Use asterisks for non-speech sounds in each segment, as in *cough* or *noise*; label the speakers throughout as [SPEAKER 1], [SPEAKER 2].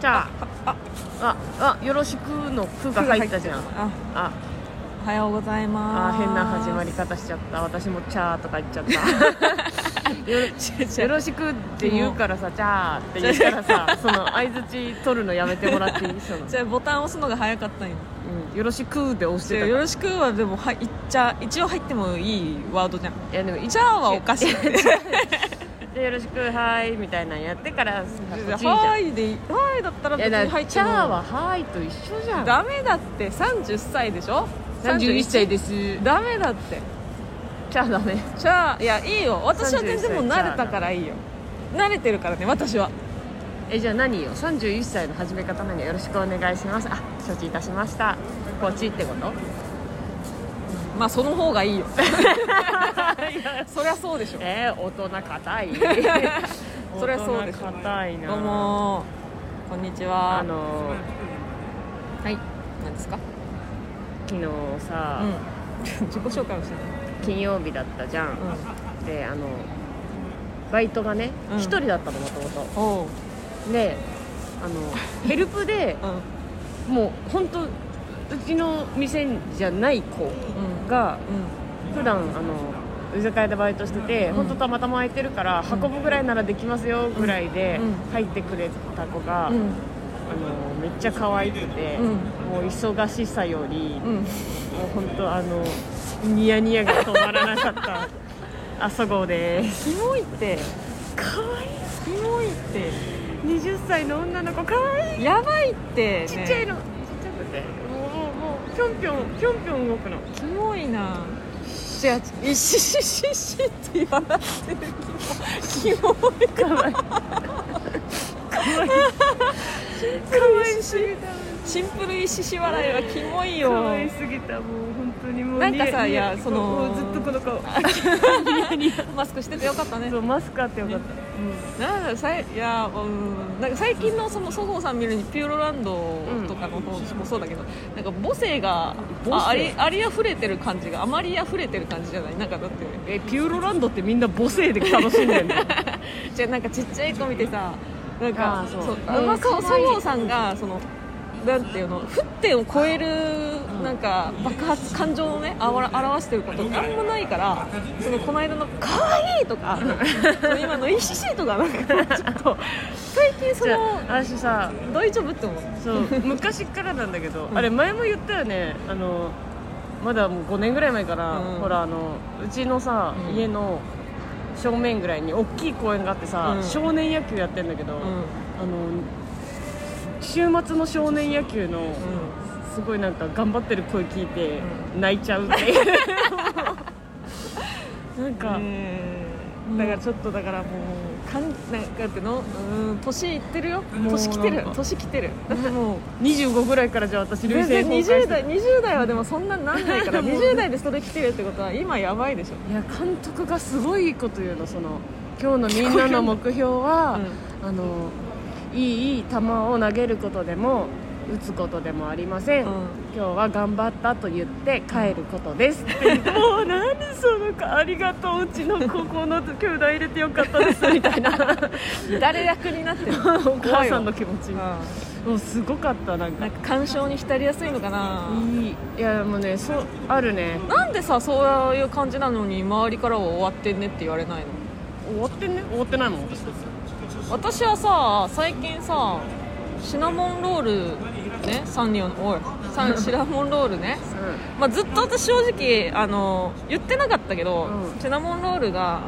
[SPEAKER 1] じゃあああよろしくの「く」が入ったじゃん
[SPEAKER 2] あ
[SPEAKER 1] あ
[SPEAKER 2] おはようございま
[SPEAKER 1] あ
[SPEAKER 2] す
[SPEAKER 1] 変な始まり方しちゃった私も「チャー」とか言っちゃ
[SPEAKER 2] *laughs*
[SPEAKER 1] った「よろしく」って言うからさ「チャー」って言うからさその相づち取るのやめてもらっていいその、
[SPEAKER 2] じゃあボタン押すのが早かったんよ
[SPEAKER 1] うん、よろしく」で押し
[SPEAKER 2] じ
[SPEAKER 1] て
[SPEAKER 2] ゃあ
[SPEAKER 1] たか
[SPEAKER 2] よ
[SPEAKER 1] ら
[SPEAKER 2] ろしくはでもはいっちゃ一応入ってもいいワードじゃん
[SPEAKER 1] いやでも
[SPEAKER 2] じゃあはおかし *laughs* いって
[SPEAKER 1] でよろしくはいみたいなのやってからこっちいいじゃん
[SPEAKER 2] はーいでいいはーいだったら
[SPEAKER 1] い
[SPEAKER 2] 別
[SPEAKER 1] や
[SPEAKER 2] に
[SPEAKER 1] だか
[SPEAKER 2] 入
[SPEAKER 1] ら
[SPEAKER 2] っ
[SPEAKER 1] チ
[SPEAKER 2] て
[SPEAKER 1] ャ
[SPEAKER 2] も
[SPEAKER 1] ーははいと一緒じゃん
[SPEAKER 2] ダメだって30歳でしょ
[SPEAKER 1] 31歳です
[SPEAKER 2] ダメだって
[SPEAKER 1] チャーダメ
[SPEAKER 2] じゃあいやいいよ私は全然もう慣れたからいいよ慣れてるからね私は
[SPEAKER 1] えじゃあ何よ31歳の始め方なのよろしくお願いしますあ承知いたしましたこっちってこと
[SPEAKER 2] まあその方が
[SPEAKER 1] *laughs*
[SPEAKER 2] いいよそりゃそうでしょ
[SPEAKER 1] えー、大人硬い *laughs*
[SPEAKER 2] そりゃそうでしょ
[SPEAKER 1] 大人硬いな
[SPEAKER 2] どうもーこんにちは
[SPEAKER 1] あの
[SPEAKER 2] はい何ですか
[SPEAKER 1] 昨日さ、
[SPEAKER 2] うん *laughs* 自己紹介をしてない
[SPEAKER 1] 金曜日だったじゃん、
[SPEAKER 2] う
[SPEAKER 1] であのバイトがね
[SPEAKER 2] うん
[SPEAKER 1] 一、人だったのもともと
[SPEAKER 2] んおう
[SPEAKER 1] であのヘルプで
[SPEAKER 2] うん
[SPEAKER 1] もう本当うちの店じゃない子
[SPEAKER 2] うん
[SPEAKER 1] が
[SPEAKER 2] う
[SPEAKER 1] 普段あの居酒屋でバイトしてて、
[SPEAKER 2] うん
[SPEAKER 1] 本当たまたま空いてるから運ぶぐらいならできますよぐらいで
[SPEAKER 2] うん
[SPEAKER 1] 入ってくれた子が、
[SPEAKER 2] ん
[SPEAKER 1] あのめっちゃ可愛くて、
[SPEAKER 2] うん
[SPEAKER 1] もう忙しさより、
[SPEAKER 2] う
[SPEAKER 1] もうん
[SPEAKER 2] うん
[SPEAKER 1] 本当あのニヤニヤが止まらなかった *laughs* あそごうです
[SPEAKER 2] キモいって
[SPEAKER 1] 可愛い
[SPEAKER 2] キモいっ
[SPEAKER 1] 20歳の女の子可愛い
[SPEAKER 2] てやばいって、ね、
[SPEAKER 1] ちっちゃいの、ちっちゃくてもうもうもうぴょんぴょんぴょんぴょん動くの
[SPEAKER 2] キモいな違う違ういししししって言わなくてるキモキモ
[SPEAKER 1] 可愛い
[SPEAKER 2] い
[SPEAKER 1] 可愛い
[SPEAKER 2] かわいすぎシンプルいしし笑いはキモいよ
[SPEAKER 1] 可愛すぎたもう本当にもう
[SPEAKER 2] なんかさ
[SPEAKER 1] ニヤ
[SPEAKER 2] いや
[SPEAKER 1] ニヤ
[SPEAKER 2] その
[SPEAKER 1] もうずっとこの顔
[SPEAKER 2] マスクしててよかった
[SPEAKER 1] *laughs*
[SPEAKER 2] ね
[SPEAKER 1] そうマスクあってよかった、
[SPEAKER 2] なんかさいいやうんなんか最近のそのそごうさん見るにピューロランドとかの方もそうだけど、なんか母性が
[SPEAKER 1] 母性
[SPEAKER 2] あありありあふれてる感じがあまりあふれてる感じじゃないなんかだって
[SPEAKER 1] えピューロランドってみんな母性で楽しんでるの
[SPEAKER 2] じゃあなんかちっちゃい子見てさなん
[SPEAKER 1] あ
[SPEAKER 2] か
[SPEAKER 1] ー
[SPEAKER 2] そ
[SPEAKER 1] そうう
[SPEAKER 2] そう
[SPEAKER 1] うん
[SPEAKER 2] まあそう
[SPEAKER 1] 可
[SPEAKER 2] そ
[SPEAKER 1] 愛い
[SPEAKER 2] ごうさんがそのなんていうの沸点を超えるなんか爆発感情をねあわら表してることなんもないからそのこの間の「可愛いとかその今の「イシシ」とかなんかちょっと最近 *laughs* そ
[SPEAKER 1] じゃ
[SPEAKER 2] の
[SPEAKER 1] あ私さ
[SPEAKER 2] 大丈夫って思う
[SPEAKER 1] そう昔からなんだけど、
[SPEAKER 2] ん
[SPEAKER 1] あれ前も言ったよねあのまだもう5年ぐらい前から、
[SPEAKER 2] うん
[SPEAKER 1] ほらあのうちのさ、
[SPEAKER 2] うん
[SPEAKER 1] 家の正面ぐらいに大きい公園があってさ、
[SPEAKER 2] うん
[SPEAKER 1] 少年野球やってんだけど、
[SPEAKER 2] うんうん
[SPEAKER 1] あの週末の少年野球の、すごいなんか頑張ってる声聞いて泣いちゃうって
[SPEAKER 2] *laughs*
[SPEAKER 1] いうなんか、だからちょっとだからもう
[SPEAKER 2] かんなんかってのうーん年いってるよ
[SPEAKER 1] もう
[SPEAKER 2] 年来て
[SPEAKER 1] なん
[SPEAKER 2] る
[SPEAKER 1] か
[SPEAKER 2] 年来てるだってもう
[SPEAKER 1] 25ぐらいからじゃあ私
[SPEAKER 2] 全
[SPEAKER 1] 累生
[SPEAKER 2] 然
[SPEAKER 1] 崩壊して
[SPEAKER 2] 20代20代はでもそんなになんないから20代でそれ来てるってことは今やばいでしょ、
[SPEAKER 1] いや監督がすごいいいこと言うのその今日のみんなの目標は、あのいいいい球を投げることでも打つことでもありません、
[SPEAKER 2] うん
[SPEAKER 1] 今日は頑張ったと言って帰ることですって言ってもう何その子ありがとううちの高校の兄弟入れてよかったですみたいな
[SPEAKER 2] 誰役になってる
[SPEAKER 1] お母さんの気持ち
[SPEAKER 2] うんな
[SPEAKER 1] もうすごかったなんか
[SPEAKER 2] んか感傷に浸りやすいのかない
[SPEAKER 1] いいやもうねそうあるね
[SPEAKER 2] なんでさそういう感じなのに周りからは終わってんねって言われないの
[SPEAKER 1] 終わってんね終わってないもん私
[SPEAKER 2] 私はさ最近さシナモンロールねサンリオのおいサンシナモンロールねまあ、ずっと私正直あの言ってなかったけど、
[SPEAKER 1] うん
[SPEAKER 2] シナモンロールがあの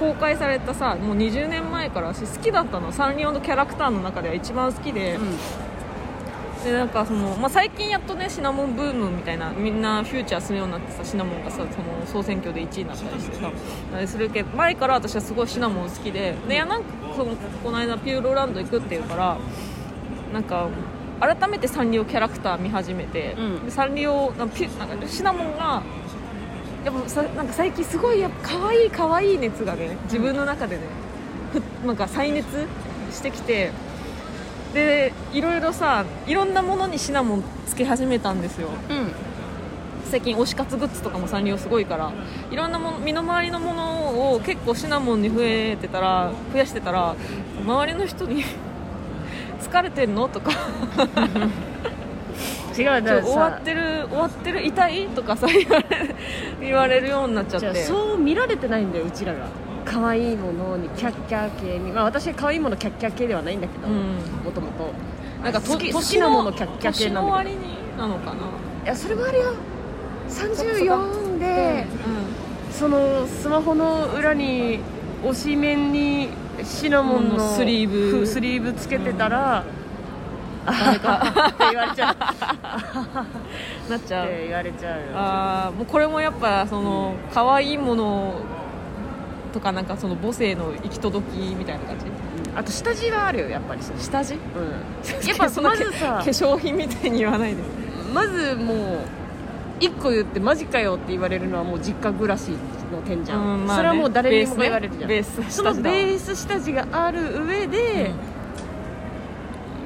[SPEAKER 2] 公開されたさもう20年前から私好きだったのサンリオのキャラクターの中では一番好きで,、でなんかそのまあ、最近やっとねシナモンブームみたいなみんなフューチャーするようになってさシナモンがさその総選挙で1位になったりしてさあれするけど前から私はすごいシナモン好きででいやなんかこのこの間ピューロランド行くっていうからなんか改めてサンリオキャラクター見始めて、
[SPEAKER 1] うん
[SPEAKER 2] でサンリオなんかピュなんかシナモンがやっぱさなんか最近すごいやっぱ可愛い可愛い熱がね自分の中でね、ふなんか再熱してきてでいろいろさいろんなものにシナモンつけ始めたんですよ
[SPEAKER 1] うん
[SPEAKER 2] 最近推し活グッズとかもサンリオすごいからいろんなもの身の回りのものを結構シナモンに増えてたら増やしてたら周りの人に使 *laughs* 疲れてんのとか
[SPEAKER 1] 違うだ
[SPEAKER 2] ち
[SPEAKER 1] か
[SPEAKER 2] ょ
[SPEAKER 1] ら
[SPEAKER 2] 終わ
[SPEAKER 1] さ
[SPEAKER 2] ってる終わってる痛いとかさ言われ言われるようになっちゃっ
[SPEAKER 1] じゃあ
[SPEAKER 2] て
[SPEAKER 1] そう見られてないんだようちらが可愛いものにキャッキャー系にまあ私は可愛いものキャッキャー系ではないんだけど
[SPEAKER 2] うん
[SPEAKER 1] もともと
[SPEAKER 2] なんかと
[SPEAKER 1] 好き好
[SPEAKER 2] 年
[SPEAKER 1] きなものキャッキャ系
[SPEAKER 2] 年
[SPEAKER 1] な
[SPEAKER 2] の
[SPEAKER 1] んだけ
[SPEAKER 2] 割になのかな
[SPEAKER 1] どいやそれもあるよ34で
[SPEAKER 2] う
[SPEAKER 1] そのスマホの裏に推し面にシナモン
[SPEAKER 2] うん
[SPEAKER 1] の
[SPEAKER 2] スリーブ
[SPEAKER 1] ふスリーブつけてたら、
[SPEAKER 2] ん、か
[SPEAKER 1] って言われちゃうっ
[SPEAKER 2] なっちゃう
[SPEAKER 1] て言われちゃ *laughs* うよ
[SPEAKER 2] あーもうこれもやっぱその可愛いものとかなんかその母性の行き届きみたいな感じ
[SPEAKER 1] うんあと下地があるよやっぱりその
[SPEAKER 2] 下地や
[SPEAKER 1] うん、やっぱ
[SPEAKER 2] *laughs* そんな
[SPEAKER 1] まず
[SPEAKER 2] 化
[SPEAKER 1] さ
[SPEAKER 2] 粧品みたいに言わないで
[SPEAKER 1] まずもう一個言ってマジかよって言われるのはもう実家暮らしの点じゃん、
[SPEAKER 2] うんまあね
[SPEAKER 1] それはもう誰にも言われるじゃん、
[SPEAKER 2] ベースねベース
[SPEAKER 1] その
[SPEAKER 2] 下地
[SPEAKER 1] ベース下
[SPEAKER 2] だわ
[SPEAKER 1] 地がある上で、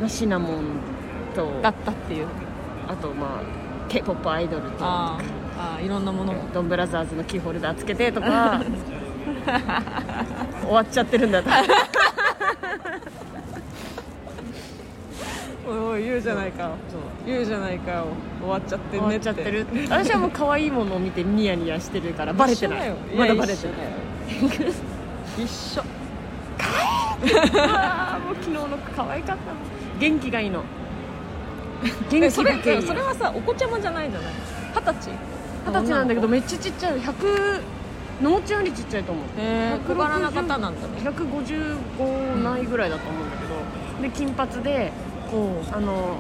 [SPEAKER 1] まあシナモンと
[SPEAKER 2] だったっていう
[SPEAKER 1] あとまあ k p o p アイドルと
[SPEAKER 2] あーあーいろんなものも
[SPEAKER 1] ドンブラザーズのキーホルダーつけてとか
[SPEAKER 2] *laughs*
[SPEAKER 1] 終わっちゃってるんだ多
[SPEAKER 2] *laughs*
[SPEAKER 1] 分
[SPEAKER 2] おいおい言うじゃないか言うじゃないかよ終わっちゃって
[SPEAKER 1] 終
[SPEAKER 2] ん
[SPEAKER 1] わ
[SPEAKER 2] ね
[SPEAKER 1] っ
[SPEAKER 2] って
[SPEAKER 1] ちゃってる私はもう可愛いものを見てニヤニヤしてるからバレてない
[SPEAKER 2] 一緒
[SPEAKER 1] まだ
[SPEAKER 2] だよ
[SPEAKER 1] バレてない
[SPEAKER 2] 一緒だよ
[SPEAKER 1] ああもう昨日の子可愛かったもん元気がいいの
[SPEAKER 2] 一緒
[SPEAKER 1] 元
[SPEAKER 2] そ
[SPEAKER 1] 気だけいい
[SPEAKER 2] れそれはさお子ちゃまじゃないじゃない二十歳
[SPEAKER 1] 二十歳なんだけどめっちゃちっちゃい100のもちゃんよりちっちゃいと思う
[SPEAKER 2] えー、小柄な方なんだね
[SPEAKER 1] 155ないぐらいだと思うんだけど、で金髪であの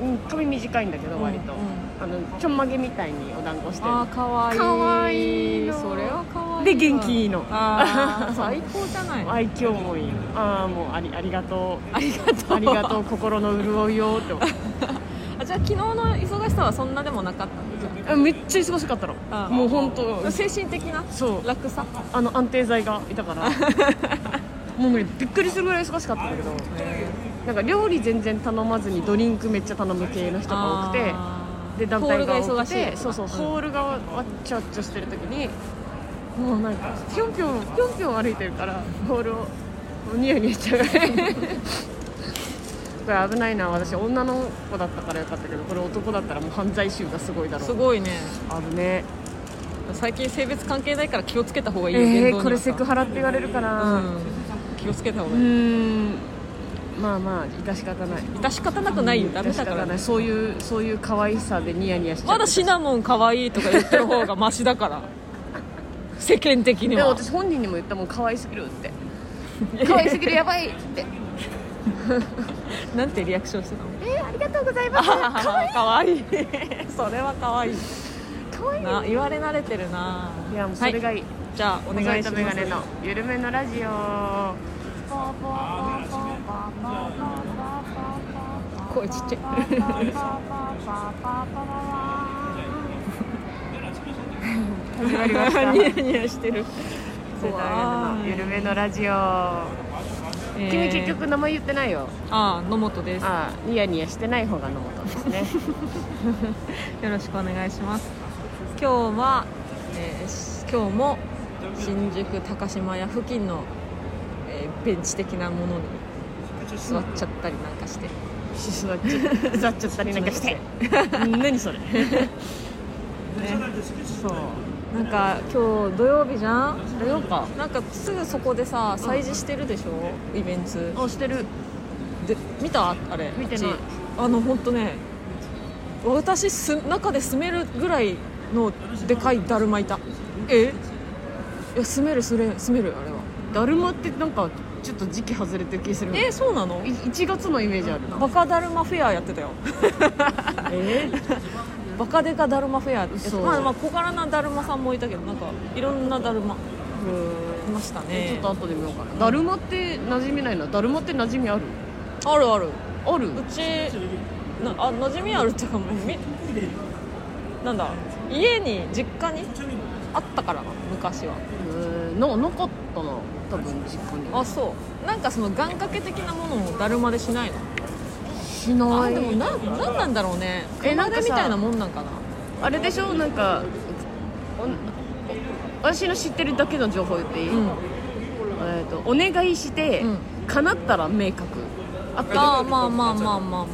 [SPEAKER 1] うん髪短いんだけど割と、
[SPEAKER 2] うん
[SPEAKER 1] あのちょんまげみたいにお団子してる
[SPEAKER 2] あーかわいい
[SPEAKER 1] かわいいの
[SPEAKER 2] それはかわいいわ
[SPEAKER 1] で元気いいの
[SPEAKER 2] あー最高じゃな
[SPEAKER 1] 愛
[SPEAKER 2] い
[SPEAKER 1] 嬌もいいああもうありありがと
[SPEAKER 2] ありがと
[SPEAKER 1] う
[SPEAKER 2] う
[SPEAKER 1] ありが *laughs* とう心の潤いをって思う
[SPEAKER 2] あじゃあ昨日の忙しさはそんなでもなかったんだじ
[SPEAKER 1] あめっちゃ忙しかったの
[SPEAKER 2] あー
[SPEAKER 1] もう本当
[SPEAKER 2] ゃあ精神的な
[SPEAKER 1] そう
[SPEAKER 2] 楽さ
[SPEAKER 1] あの安定剤がいたから
[SPEAKER 2] *laughs*
[SPEAKER 1] もうねびっくりするぐらい忙しかったんだけどなんか料理全然頼まずにドリンクめっちゃ頼む系の人が多くて
[SPEAKER 2] あー
[SPEAKER 1] で団体が
[SPEAKER 2] ホール
[SPEAKER 1] 多
[SPEAKER 2] が忙
[SPEAKER 1] く
[SPEAKER 2] しいと
[SPEAKER 1] て
[SPEAKER 2] か
[SPEAKER 1] そうそう、
[SPEAKER 2] ん
[SPEAKER 1] ホールがわっちゃわっちゃしてる時にもうなんかぴょんぴょんぴょんぴょん歩いてるからホールをもうニヤニヤしちゃうこれ危ないな私女の子だったからよかったけどこれ男だったらもう犯罪集がすごいだろ
[SPEAKER 2] す
[SPEAKER 1] う
[SPEAKER 2] ごいね
[SPEAKER 1] 危ね
[SPEAKER 2] 最近性別関係ないから気をつけた方がいいよ、
[SPEAKER 1] え
[SPEAKER 2] 言動に
[SPEAKER 1] ー、
[SPEAKER 2] は
[SPEAKER 1] これセクハラって言われるかな、
[SPEAKER 2] うん、気をつけた方
[SPEAKER 1] う
[SPEAKER 2] がいい
[SPEAKER 1] ーんまあまあ致し方ない
[SPEAKER 2] 致し方なくないよダメだ
[SPEAKER 1] 致
[SPEAKER 2] か
[SPEAKER 1] し方
[SPEAKER 2] ら
[SPEAKER 1] ないそういうそういう可愛さでニヤニヤしちゃって
[SPEAKER 2] まだシナモン可愛いとか言ってる方がマシだ *laughs* から世間的に
[SPEAKER 1] でも
[SPEAKER 2] は
[SPEAKER 1] 私本人にも言ったもん可愛すぎる
[SPEAKER 2] *laughs*
[SPEAKER 1] って
[SPEAKER 2] いや
[SPEAKER 1] 可愛すぎるやばいって
[SPEAKER 2] なんてリアクションしてた *laughs* の
[SPEAKER 1] えー、ありがとうございます
[SPEAKER 2] かわいい *laughs* それはかわいい
[SPEAKER 1] 可愛い
[SPEAKER 2] な言われ慣れてるない
[SPEAKER 1] やもうそれが
[SPEAKER 2] はい
[SPEAKER 1] い、
[SPEAKER 2] じゃあお願いし
[SPEAKER 1] と
[SPEAKER 2] ま
[SPEAKER 1] メガ
[SPEAKER 2] す
[SPEAKER 1] ネの緩めのラジオ
[SPEAKER 2] 声ちっちゃい
[SPEAKER 1] 始まりました
[SPEAKER 2] *laughs* ニヤニヤしてる
[SPEAKER 1] *laughs* 世代の緩めのラジオ、
[SPEAKER 2] えー
[SPEAKER 1] 君結局名前言ってないよ
[SPEAKER 2] ああ野本ですよ
[SPEAKER 1] ああニヤニヤしてない方が野本ですね
[SPEAKER 2] ろしくお願いします今日は、えーし今日も新宿高島屋付近の、えーベンチ的なものに座っちゃったりなんかして
[SPEAKER 1] *laughs* 座っちゃ座っちゃったりなんかして *laughs* 何 *laughs* それそう
[SPEAKER 2] なんか今日土曜日じゃん
[SPEAKER 1] 土曜か
[SPEAKER 2] なんかすぐそこでさ催事してるでしょイベント
[SPEAKER 1] あしてる
[SPEAKER 2] で見たあれ
[SPEAKER 1] 見てない
[SPEAKER 2] あっちあの本当ね私す中で住めるぐらいのでかいだるまいたえいや住める住める住めるあれは
[SPEAKER 1] だるまってなんかちょっと時期外れてる気する
[SPEAKER 2] えそうなの
[SPEAKER 1] い1月のイメージあるな
[SPEAKER 2] バカだるまフェアやってたよ
[SPEAKER 1] えー
[SPEAKER 2] バカデカだるまフェアやってた
[SPEAKER 1] 嘘
[SPEAKER 2] まあまあ小柄なだるまさんもいたけどなんかいろんなだるまいました
[SPEAKER 1] ちょ
[SPEAKER 2] ね
[SPEAKER 1] っと後で見ようかなだるまって馴染みないなだるまって馴染みある
[SPEAKER 2] あるある
[SPEAKER 1] ある
[SPEAKER 2] うちなあ馴染みあるっていうかもうみなんだ家に実家にあったからな昔は
[SPEAKER 1] えーななかったな多分実家に
[SPEAKER 2] あそうなんかその願掛け的なものをだるまでしないの
[SPEAKER 1] しな
[SPEAKER 2] あ
[SPEAKER 1] い
[SPEAKER 2] でもななんなんだろうね
[SPEAKER 1] えな
[SPEAKER 2] なんん
[SPEAKER 1] かさ
[SPEAKER 2] みたいなもんなんかな
[SPEAKER 1] あれでしょなんかお私の知ってるだけの情報言っていい、
[SPEAKER 2] うん
[SPEAKER 1] えー、とお願いして、
[SPEAKER 2] うん
[SPEAKER 1] 叶ったら明確あった
[SPEAKER 2] ああまあまあまあまあま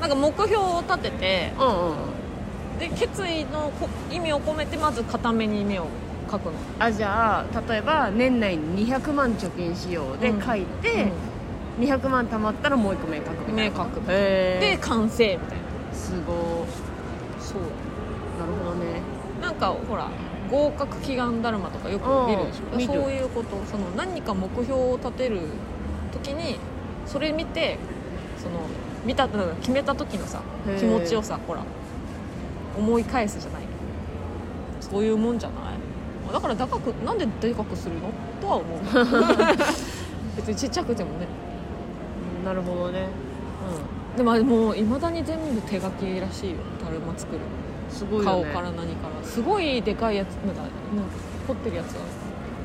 [SPEAKER 2] あなんか目標を立てて
[SPEAKER 1] うんうんうん
[SPEAKER 2] で決意のこ意味を込めてまず固めに目を描くの
[SPEAKER 1] あじゃあ例えば年内に200万貯金しようで
[SPEAKER 2] うん
[SPEAKER 1] 書いて、200万貯まったらもう一個目書く
[SPEAKER 2] う
[SPEAKER 1] み
[SPEAKER 2] ん
[SPEAKER 1] たい
[SPEAKER 2] 目
[SPEAKER 1] な
[SPEAKER 2] 描くで
[SPEAKER 1] へ
[SPEAKER 2] 完成みたいな
[SPEAKER 1] えすご
[SPEAKER 2] そう
[SPEAKER 1] いなるほどね
[SPEAKER 2] なんかほら合格祈願だるまとかよく見るでし
[SPEAKER 1] うん見る
[SPEAKER 2] ょそういうことその何か目標を立てる時にそれ見てその見たなんか決めた時のさ
[SPEAKER 1] へー
[SPEAKER 2] 気持ちをさほら思い返すじゃないけどそういうもんじゃないだから高くなんででかくするのとは思う
[SPEAKER 1] *laughs*
[SPEAKER 2] 別にちっちゃくてもね、
[SPEAKER 1] なるほどね
[SPEAKER 2] うん、でもあれもういまだに全部手書きらしいよだるま作る
[SPEAKER 1] すごいよね
[SPEAKER 2] 顔から何からすごいでかいやつなんかなんか凝ってるやつは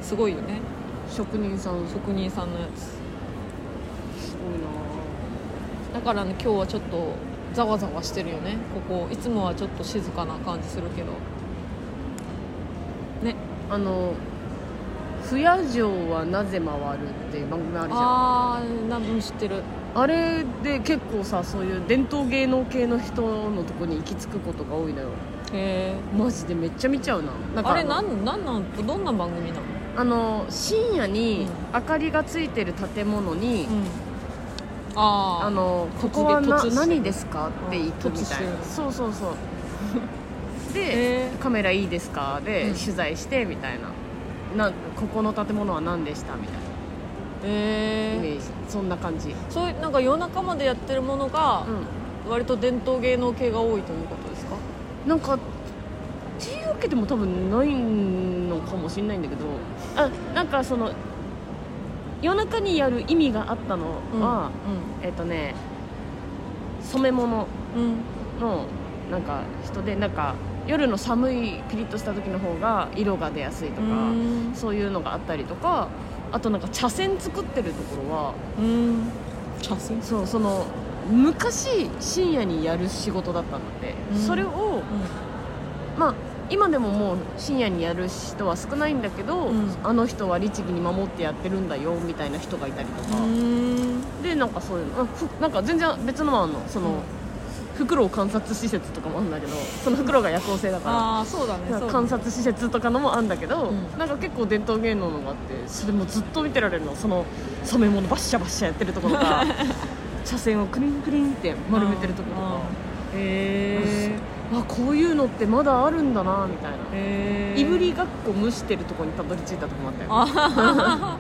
[SPEAKER 2] すごいよね
[SPEAKER 1] 職人さんす
[SPEAKER 2] 職人さんのやつ
[SPEAKER 1] ごいな
[SPEAKER 2] だからね今日はちょっとざわざわしてるよねここいつもはちょっと静かな感じするけどね
[SPEAKER 1] あの「不夜城はなぜ回る」っていう番組あるじゃんあ
[SPEAKER 2] あー多分知ってる
[SPEAKER 1] れで結構さそういう伝統芸能系の人のとこに行き着くことが多いのよ
[SPEAKER 2] へえ
[SPEAKER 1] マジでめっちゃ見ちゃうななんか
[SPEAKER 2] あれ
[SPEAKER 1] の
[SPEAKER 2] なんなんなんどんな番組なの
[SPEAKER 1] あの深夜に
[SPEAKER 2] う
[SPEAKER 1] 明かりがついてる建物に、
[SPEAKER 2] うんあー
[SPEAKER 1] あの
[SPEAKER 2] 突撃
[SPEAKER 1] ここはな
[SPEAKER 2] 突撃
[SPEAKER 1] 何ですかって
[SPEAKER 2] うん
[SPEAKER 1] 行くみたい
[SPEAKER 2] 突
[SPEAKER 1] な
[SPEAKER 2] 撃
[SPEAKER 1] そうそうそう
[SPEAKER 2] *laughs*
[SPEAKER 1] で、
[SPEAKER 2] へえ
[SPEAKER 1] カメラいいですかで、
[SPEAKER 2] うん
[SPEAKER 1] 取材してみたいななここの建物は何でしたみたいなイメ
[SPEAKER 2] へえ
[SPEAKER 1] ージそんな感じ、
[SPEAKER 2] そういうなんか夜中までやってるものが
[SPEAKER 1] う
[SPEAKER 2] 割と伝統芸能系が多いということですか
[SPEAKER 1] ん、なんかっていうわけでも多分ないのかもしれないんだけどあなんかその夜中にやる意味があったのは、えっ、とね染め物
[SPEAKER 2] うんうん
[SPEAKER 1] のなんか人でなんか夜の寒いピリッとした時の方が色が出やすいとか
[SPEAKER 2] うん
[SPEAKER 1] そういうのがあったりとかあとなんか茶筅作ってるところは
[SPEAKER 2] うん茶筅
[SPEAKER 1] そうその昔深夜にやる仕事だったんだって、
[SPEAKER 2] うん
[SPEAKER 1] それをまあ今でももう深夜にやる人は少ないんだけど、
[SPEAKER 2] うん
[SPEAKER 1] あの人は律儀に守ってやってるんだよみたいな人がいたりとか、
[SPEAKER 2] うん
[SPEAKER 1] でなんかそういうのあふなんか全然別のもあんのその、
[SPEAKER 2] うん
[SPEAKER 1] フクロウ観察施設とかもあるんだけどそのフクロウが夜行性だから
[SPEAKER 2] ああそうだねそうだね
[SPEAKER 1] 観察施設とかのもあんだけど、
[SPEAKER 2] うん
[SPEAKER 1] なんか結構伝統芸能のがあってそれもずっと見てられるのその染め物バッシャバッシャやってるところ
[SPEAKER 2] *laughs*
[SPEAKER 1] が車線をクリンクリンって丸めてるところとか
[SPEAKER 2] へ
[SPEAKER 1] あこういうのってまだあるんだなみたいな
[SPEAKER 2] えへえ
[SPEAKER 1] いぶりがっこ蒸してるところにたどり着いたとこもあったよ
[SPEAKER 2] あ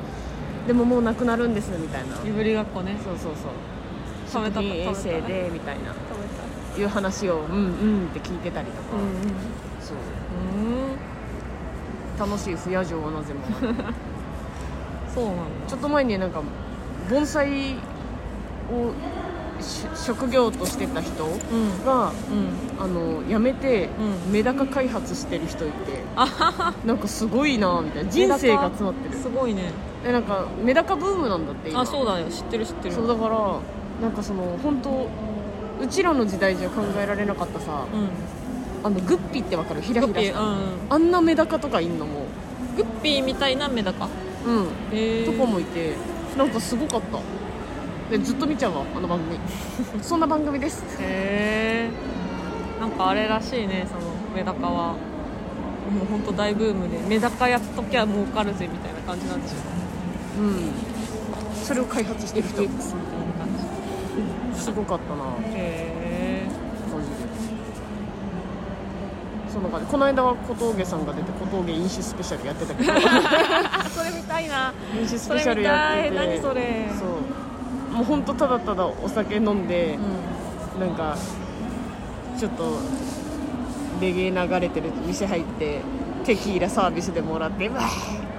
[SPEAKER 1] でももうなくなるんですみたいなそ
[SPEAKER 2] いうぶりがっこね
[SPEAKER 1] そうそう
[SPEAKER 2] 食べた食べ
[SPEAKER 1] 食
[SPEAKER 2] た
[SPEAKER 1] 衛生
[SPEAKER 2] 食べ
[SPEAKER 1] でみたいな
[SPEAKER 2] た
[SPEAKER 1] いう話をうんうんって聞いてたりとか、
[SPEAKER 2] う
[SPEAKER 1] そうん
[SPEAKER 2] うん
[SPEAKER 1] 楽しい不夜城はなぜも
[SPEAKER 2] そうなん
[SPEAKER 1] ちょっと前になんか盆栽をし職業としてた人
[SPEAKER 2] だうん
[SPEAKER 1] が
[SPEAKER 2] うん
[SPEAKER 1] あの辞めて、
[SPEAKER 2] うん
[SPEAKER 1] メダカ開発してる人いて
[SPEAKER 2] *laughs*
[SPEAKER 1] なんかすごいなみたいな人生が詰まってる
[SPEAKER 2] すごいね
[SPEAKER 1] でなんかメダカブームなんだって今
[SPEAKER 2] あそうだよ知ってる知ってる
[SPEAKER 1] そうだからなんかその本当うちらの時代じゃ考えられなかったさ
[SPEAKER 2] うん
[SPEAKER 1] あのグッピってわかるひら
[SPEAKER 2] グ
[SPEAKER 1] ひ
[SPEAKER 2] ッ
[SPEAKER 1] ら
[SPEAKER 2] ピ
[SPEAKER 1] し
[SPEAKER 2] ー
[SPEAKER 1] た
[SPEAKER 2] うんうん
[SPEAKER 1] あんなメダカとかいんのも
[SPEAKER 2] グッピーみたいなメダカ
[SPEAKER 1] ううん
[SPEAKER 2] へえ
[SPEAKER 1] とかもいてなんかすごかったでずっと見ちゃうわあの番組
[SPEAKER 2] *laughs*
[SPEAKER 1] そんな番組です
[SPEAKER 2] へえんかあれらしいねそのメダカはもうほんと大ブームでメダカやっときゃ儲かるぜみたいな感じなんでしょ
[SPEAKER 1] うんそれを開発してる人
[SPEAKER 2] FX みたいな感じ
[SPEAKER 1] すごかったな
[SPEAKER 2] へ
[SPEAKER 1] マジでそんな感じこの間は小峠さんが出て小峠飲酒スペシャルやってた
[SPEAKER 2] *laughs*
[SPEAKER 1] けど
[SPEAKER 2] えそれ見たいな
[SPEAKER 1] 飲酒ス
[SPEAKER 2] そ
[SPEAKER 1] ペ
[SPEAKER 2] れ
[SPEAKER 1] シャル
[SPEAKER 2] 見
[SPEAKER 1] やったて
[SPEAKER 2] い
[SPEAKER 1] て
[SPEAKER 2] 何それ
[SPEAKER 1] そうもう本当ただただお酒飲んで、
[SPEAKER 2] う
[SPEAKER 1] なんかちょっとレゲエ流れてる店入ってテキーラサービスでもらってわー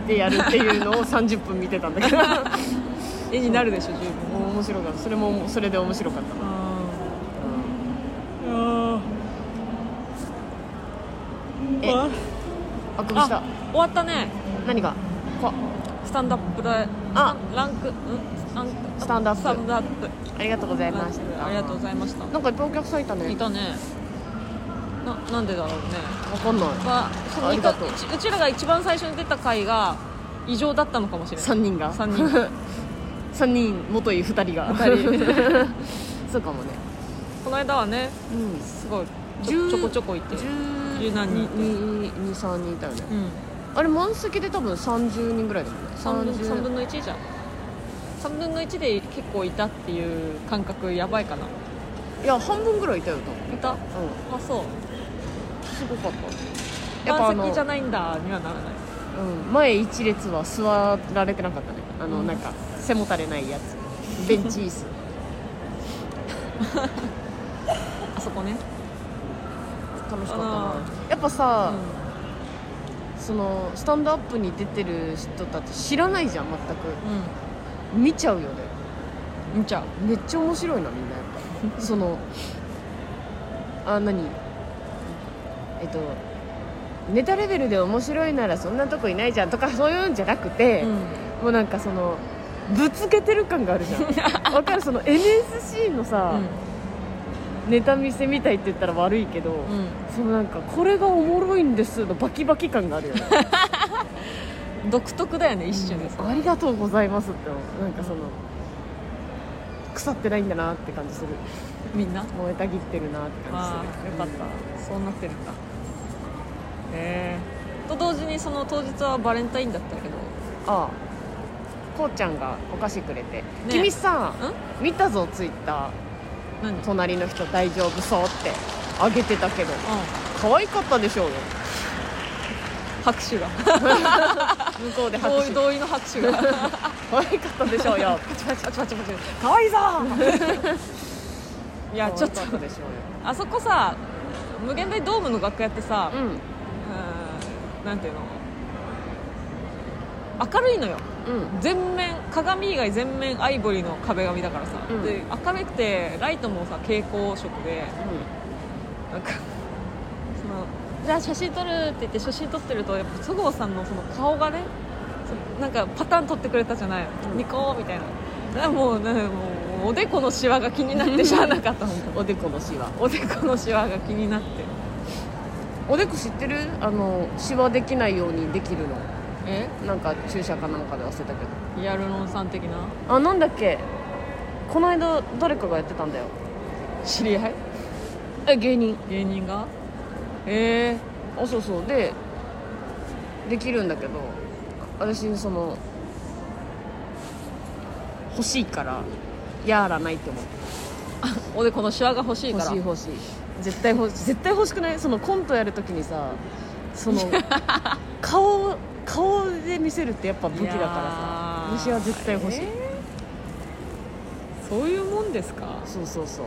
[SPEAKER 1] ってやるっていう *laughs* のを30分見てたんだけど
[SPEAKER 2] ん絵になるでしょ十分
[SPEAKER 1] もう面白かったそれもそれで面白かったなえ
[SPEAKER 2] あ
[SPEAKER 1] あくびした
[SPEAKER 2] あ終わったね
[SPEAKER 1] 何がこ
[SPEAKER 2] スタンダップラ
[SPEAKER 1] あ
[SPEAKER 2] ランクうんランク
[SPEAKER 1] スタンドアップ
[SPEAKER 2] スタンドアップ
[SPEAKER 1] ありがとうございまし
[SPEAKER 2] ランク
[SPEAKER 1] た
[SPEAKER 2] ありがとうございまし
[SPEAKER 1] な
[SPEAKER 2] た
[SPEAKER 1] んかいっぱいお客さんいたね
[SPEAKER 2] いたねななんでだろうね
[SPEAKER 1] わかんない
[SPEAKER 2] まあその
[SPEAKER 1] ありがとう
[SPEAKER 2] うち
[SPEAKER 1] *laughs*
[SPEAKER 2] うちらが一番最初に出た回が異常だったのかもしれない
[SPEAKER 1] 3人が
[SPEAKER 2] 三人
[SPEAKER 1] 3人元い2人が
[SPEAKER 2] 二
[SPEAKER 1] *laughs* そうかもね、
[SPEAKER 2] この間はね
[SPEAKER 1] うん、
[SPEAKER 2] すごいちょ
[SPEAKER 1] 10
[SPEAKER 2] ちょこちょこいて
[SPEAKER 1] 10
[SPEAKER 2] 十何人いて
[SPEAKER 1] 23人いたよね、
[SPEAKER 2] うん
[SPEAKER 1] あれ満席で多分30人ぐらいだもんね
[SPEAKER 2] 3分3
[SPEAKER 1] 30
[SPEAKER 2] 分の1じゃん3分の1で結構いたっていう感覚やばいかない
[SPEAKER 1] や半分ぐらいいたよ多
[SPEAKER 2] いたあ
[SPEAKER 1] 分うん
[SPEAKER 2] そう
[SPEAKER 1] すごかったやっぱあ
[SPEAKER 2] 満
[SPEAKER 1] の
[SPEAKER 2] 席じゃないんだにはならない
[SPEAKER 1] うん、前一列は座られてなかったねあの、
[SPEAKER 2] うん
[SPEAKER 1] なんか背もたれないやつベンチ椅子
[SPEAKER 2] あそこね
[SPEAKER 1] *laughs* 楽しかった
[SPEAKER 2] あ
[SPEAKER 1] なやっぱさ、そのスタンドアップに出てる人たち知らないじゃん全く
[SPEAKER 2] うん、
[SPEAKER 1] 見ちゃうよね
[SPEAKER 2] うん、見ちゃう
[SPEAKER 1] めっちゃ面白いなみんなやっ
[SPEAKER 2] *laughs*
[SPEAKER 1] ぱそのあ何えっとネタレベルで面白いならそんなとこいないじゃんとかそういうんじゃなくて、
[SPEAKER 2] うん
[SPEAKER 1] もうなんかそのぶつけてる感がある
[SPEAKER 2] *laughs*
[SPEAKER 1] じゃんわかるその NSC のさ、ネタ見せみたいって言ったら悪いけど、
[SPEAKER 2] うん
[SPEAKER 1] そのなんかこれがおもろいんですのバキバキ感があ
[SPEAKER 2] *laughs*
[SPEAKER 1] るよね
[SPEAKER 2] うん独特だよね一種でさ、
[SPEAKER 1] ありがとうございますって思うなんかその腐ってないんだなって感じする
[SPEAKER 2] みんな
[SPEAKER 1] 燃えたぎってるなって
[SPEAKER 2] あ
[SPEAKER 1] 感じす
[SPEAKER 2] あ
[SPEAKER 1] る
[SPEAKER 2] よかったそうなってるんだええと同時にその当日はバレンタインだったけど
[SPEAKER 1] たああこうちゃんがお菓子くれて、君さ見たぞツイッター
[SPEAKER 2] 何うん
[SPEAKER 1] 隣の人大丈夫そうってあげてたけど可愛かったでしょうよ
[SPEAKER 2] 拍手が
[SPEAKER 1] 向こうで拍
[SPEAKER 2] 同
[SPEAKER 1] 手
[SPEAKER 2] 意同意の拍手が
[SPEAKER 1] 可愛かったでしょ *laughs*
[SPEAKER 2] *laughs*
[SPEAKER 1] うよパチパチパチパチパチ可愛いぞ
[SPEAKER 2] い
[SPEAKER 1] い
[SPEAKER 2] やちょっと
[SPEAKER 1] 可愛かたでしょうよ
[SPEAKER 2] あそこさ無限大ドームの楽屋ってさ、
[SPEAKER 1] うん
[SPEAKER 2] うんなんていうの明るいのよ
[SPEAKER 1] うん
[SPEAKER 2] 全面鏡以外全面アイボリーの壁紙だからさ、
[SPEAKER 1] うん
[SPEAKER 2] で明るくてライトもさ蛍光色でなんかそのじゃあ写真撮るって言って写真撮ってるとやっぱそごうさんのその顔がねそなんかパターン撮ってくれたじゃない、
[SPEAKER 1] うん
[SPEAKER 2] ニコーみたいなだからもうなんかもうおでこのシワが気になってしゃあなかったもん
[SPEAKER 1] おでこのシワ
[SPEAKER 2] おでこのシワが気になって
[SPEAKER 1] おでこ知ってるあのシワできないようにできるの
[SPEAKER 2] え
[SPEAKER 1] なんか注射かなんかで忘れたけど
[SPEAKER 2] ヒアルロン酸的な
[SPEAKER 1] あなんだっけこの間誰かがやってたんだよ
[SPEAKER 2] 知り合い
[SPEAKER 1] え芸人
[SPEAKER 2] 芸人がえ
[SPEAKER 1] あそうそうでできるんだけど私その欲しいからやらないって思って
[SPEAKER 2] ー、おでこのシワが欲しい
[SPEAKER 1] 欲
[SPEAKER 2] から
[SPEAKER 1] しい欲しい絶対欲しい絶対欲しくないそのコントやるときにさそ
[SPEAKER 2] *laughs*
[SPEAKER 1] の顔顔で見せるってやっぱ武器だからさ
[SPEAKER 2] いやー
[SPEAKER 1] 私は絶対欲しい、
[SPEAKER 2] えーそういうもんですか
[SPEAKER 1] そうそうそ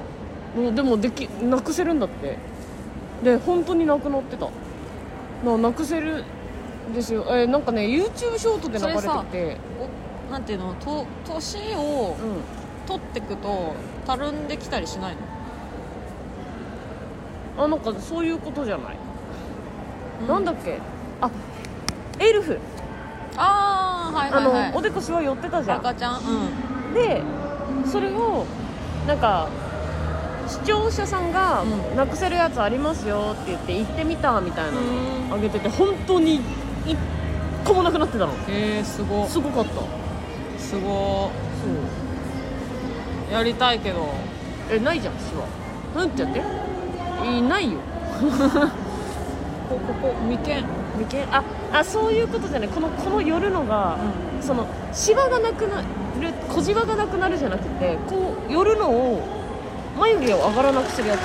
[SPEAKER 1] うもうでもできなくせるんだってで本当になくなってたななくせるんですよえーなんかね YouTube ショートで流れてきて
[SPEAKER 2] おなんていうのと年を
[SPEAKER 1] うん
[SPEAKER 2] 取ってくとたるんできたりしないの
[SPEAKER 1] あなんかそういうことじゃない、
[SPEAKER 2] うん
[SPEAKER 1] なんだっけあエルフ、
[SPEAKER 2] ああはいはいはい
[SPEAKER 1] あのおでこしわ寄ってたじゃ
[SPEAKER 2] 赤
[SPEAKER 1] ん
[SPEAKER 2] ちゃんうん
[SPEAKER 1] でそれをなんか視聴者さんが「
[SPEAKER 2] う
[SPEAKER 1] なくせるやつありますよ」って言って「行ってみた」みたいなのあげてて本当に一個もなくなってたの
[SPEAKER 2] えー、すご
[SPEAKER 1] すごかったそう
[SPEAKER 2] すごやりたいけど
[SPEAKER 1] えないじゃんシワなんてやっていないよ
[SPEAKER 2] こここ眉間
[SPEAKER 1] 眉間ああそういうことじゃないこのこの寄るのが、
[SPEAKER 2] う
[SPEAKER 1] そのシワがなくなる小じわがなくなるじゃなくてこう寄るのを眉毛を上がらなくするやつ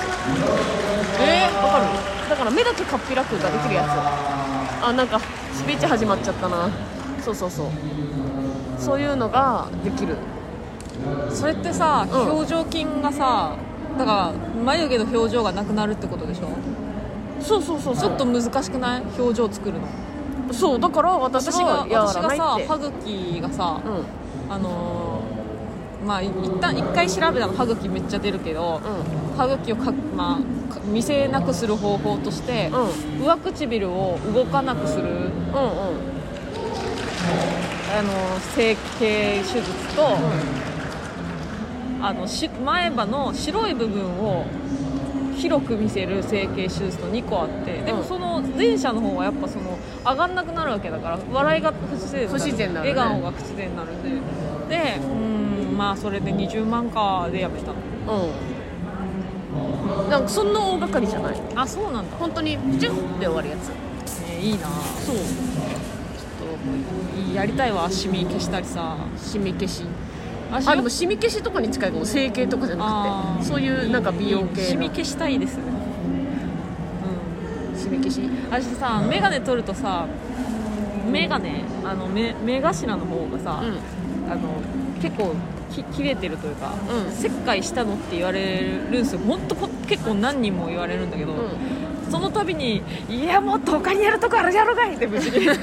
[SPEAKER 2] えー、
[SPEAKER 1] わかるだから目だけかっぴらくができるやつあなんかスピーチ始まっちゃったなそうそうそうそういうのができる
[SPEAKER 2] それってさ、
[SPEAKER 1] うん
[SPEAKER 2] 表情筋がさだから眉毛の表情がなくなるってことでしょ
[SPEAKER 1] そうそうそう
[SPEAKER 2] ち
[SPEAKER 1] そう
[SPEAKER 2] ょっと難しくない表情作るの
[SPEAKER 1] そうだから私
[SPEAKER 2] 私
[SPEAKER 1] は
[SPEAKER 2] が
[SPEAKER 1] や
[SPEAKER 2] 私
[SPEAKER 1] ら
[SPEAKER 2] が
[SPEAKER 1] ない
[SPEAKER 2] さ
[SPEAKER 1] って
[SPEAKER 2] 歯茎がさ、
[SPEAKER 1] うん
[SPEAKER 2] あのーまあい一旦一回調べたら歯茎めっちゃ出るけど、
[SPEAKER 1] う
[SPEAKER 2] 歯茎をか、まあ、か見せなくする方法として、
[SPEAKER 1] んうん
[SPEAKER 2] 上唇を動かなくする、
[SPEAKER 1] うんうん
[SPEAKER 2] あの整形手術と、あのし前歯の白い部分を広く見せる整形手術と2個あってで
[SPEAKER 1] う
[SPEAKER 2] も
[SPEAKER 1] ん
[SPEAKER 2] その前者の方はやっぱその上がんなくなるわけだから笑いが不自然になる
[SPEAKER 1] 不自然になるね
[SPEAKER 2] 笑顔が不自然になるんででうーんまあそれで20万かでやめたの
[SPEAKER 1] うんなんかそんな大掛かりじゃない
[SPEAKER 2] あそうなんだ、
[SPEAKER 1] 本当にプチュンで終わるやつ
[SPEAKER 2] ね、いいなち
[SPEAKER 1] そう
[SPEAKER 2] ょっともうやりたいわシミ消したりさ
[SPEAKER 1] シミ消し
[SPEAKER 2] あ
[SPEAKER 1] あでもシミ消しとかに近いかも整形とかじゃな
[SPEAKER 2] あ
[SPEAKER 1] く
[SPEAKER 2] ー
[SPEAKER 1] てそういうなんか美容系
[SPEAKER 2] シ
[SPEAKER 1] の
[SPEAKER 2] ミ消したいですね
[SPEAKER 1] シミ消し
[SPEAKER 2] うん私さ眼鏡取るとさ眼鏡あの目目頭の方がさ、あの結構き切れてるというか、
[SPEAKER 1] うん
[SPEAKER 2] 切開したのって言われるんですよほんとこ結構何人も言われるんだけど、
[SPEAKER 1] う
[SPEAKER 2] その度に「いやもっと他にやるとこあるやろがい!」って無
[SPEAKER 1] *laughs*
[SPEAKER 2] 事にもっ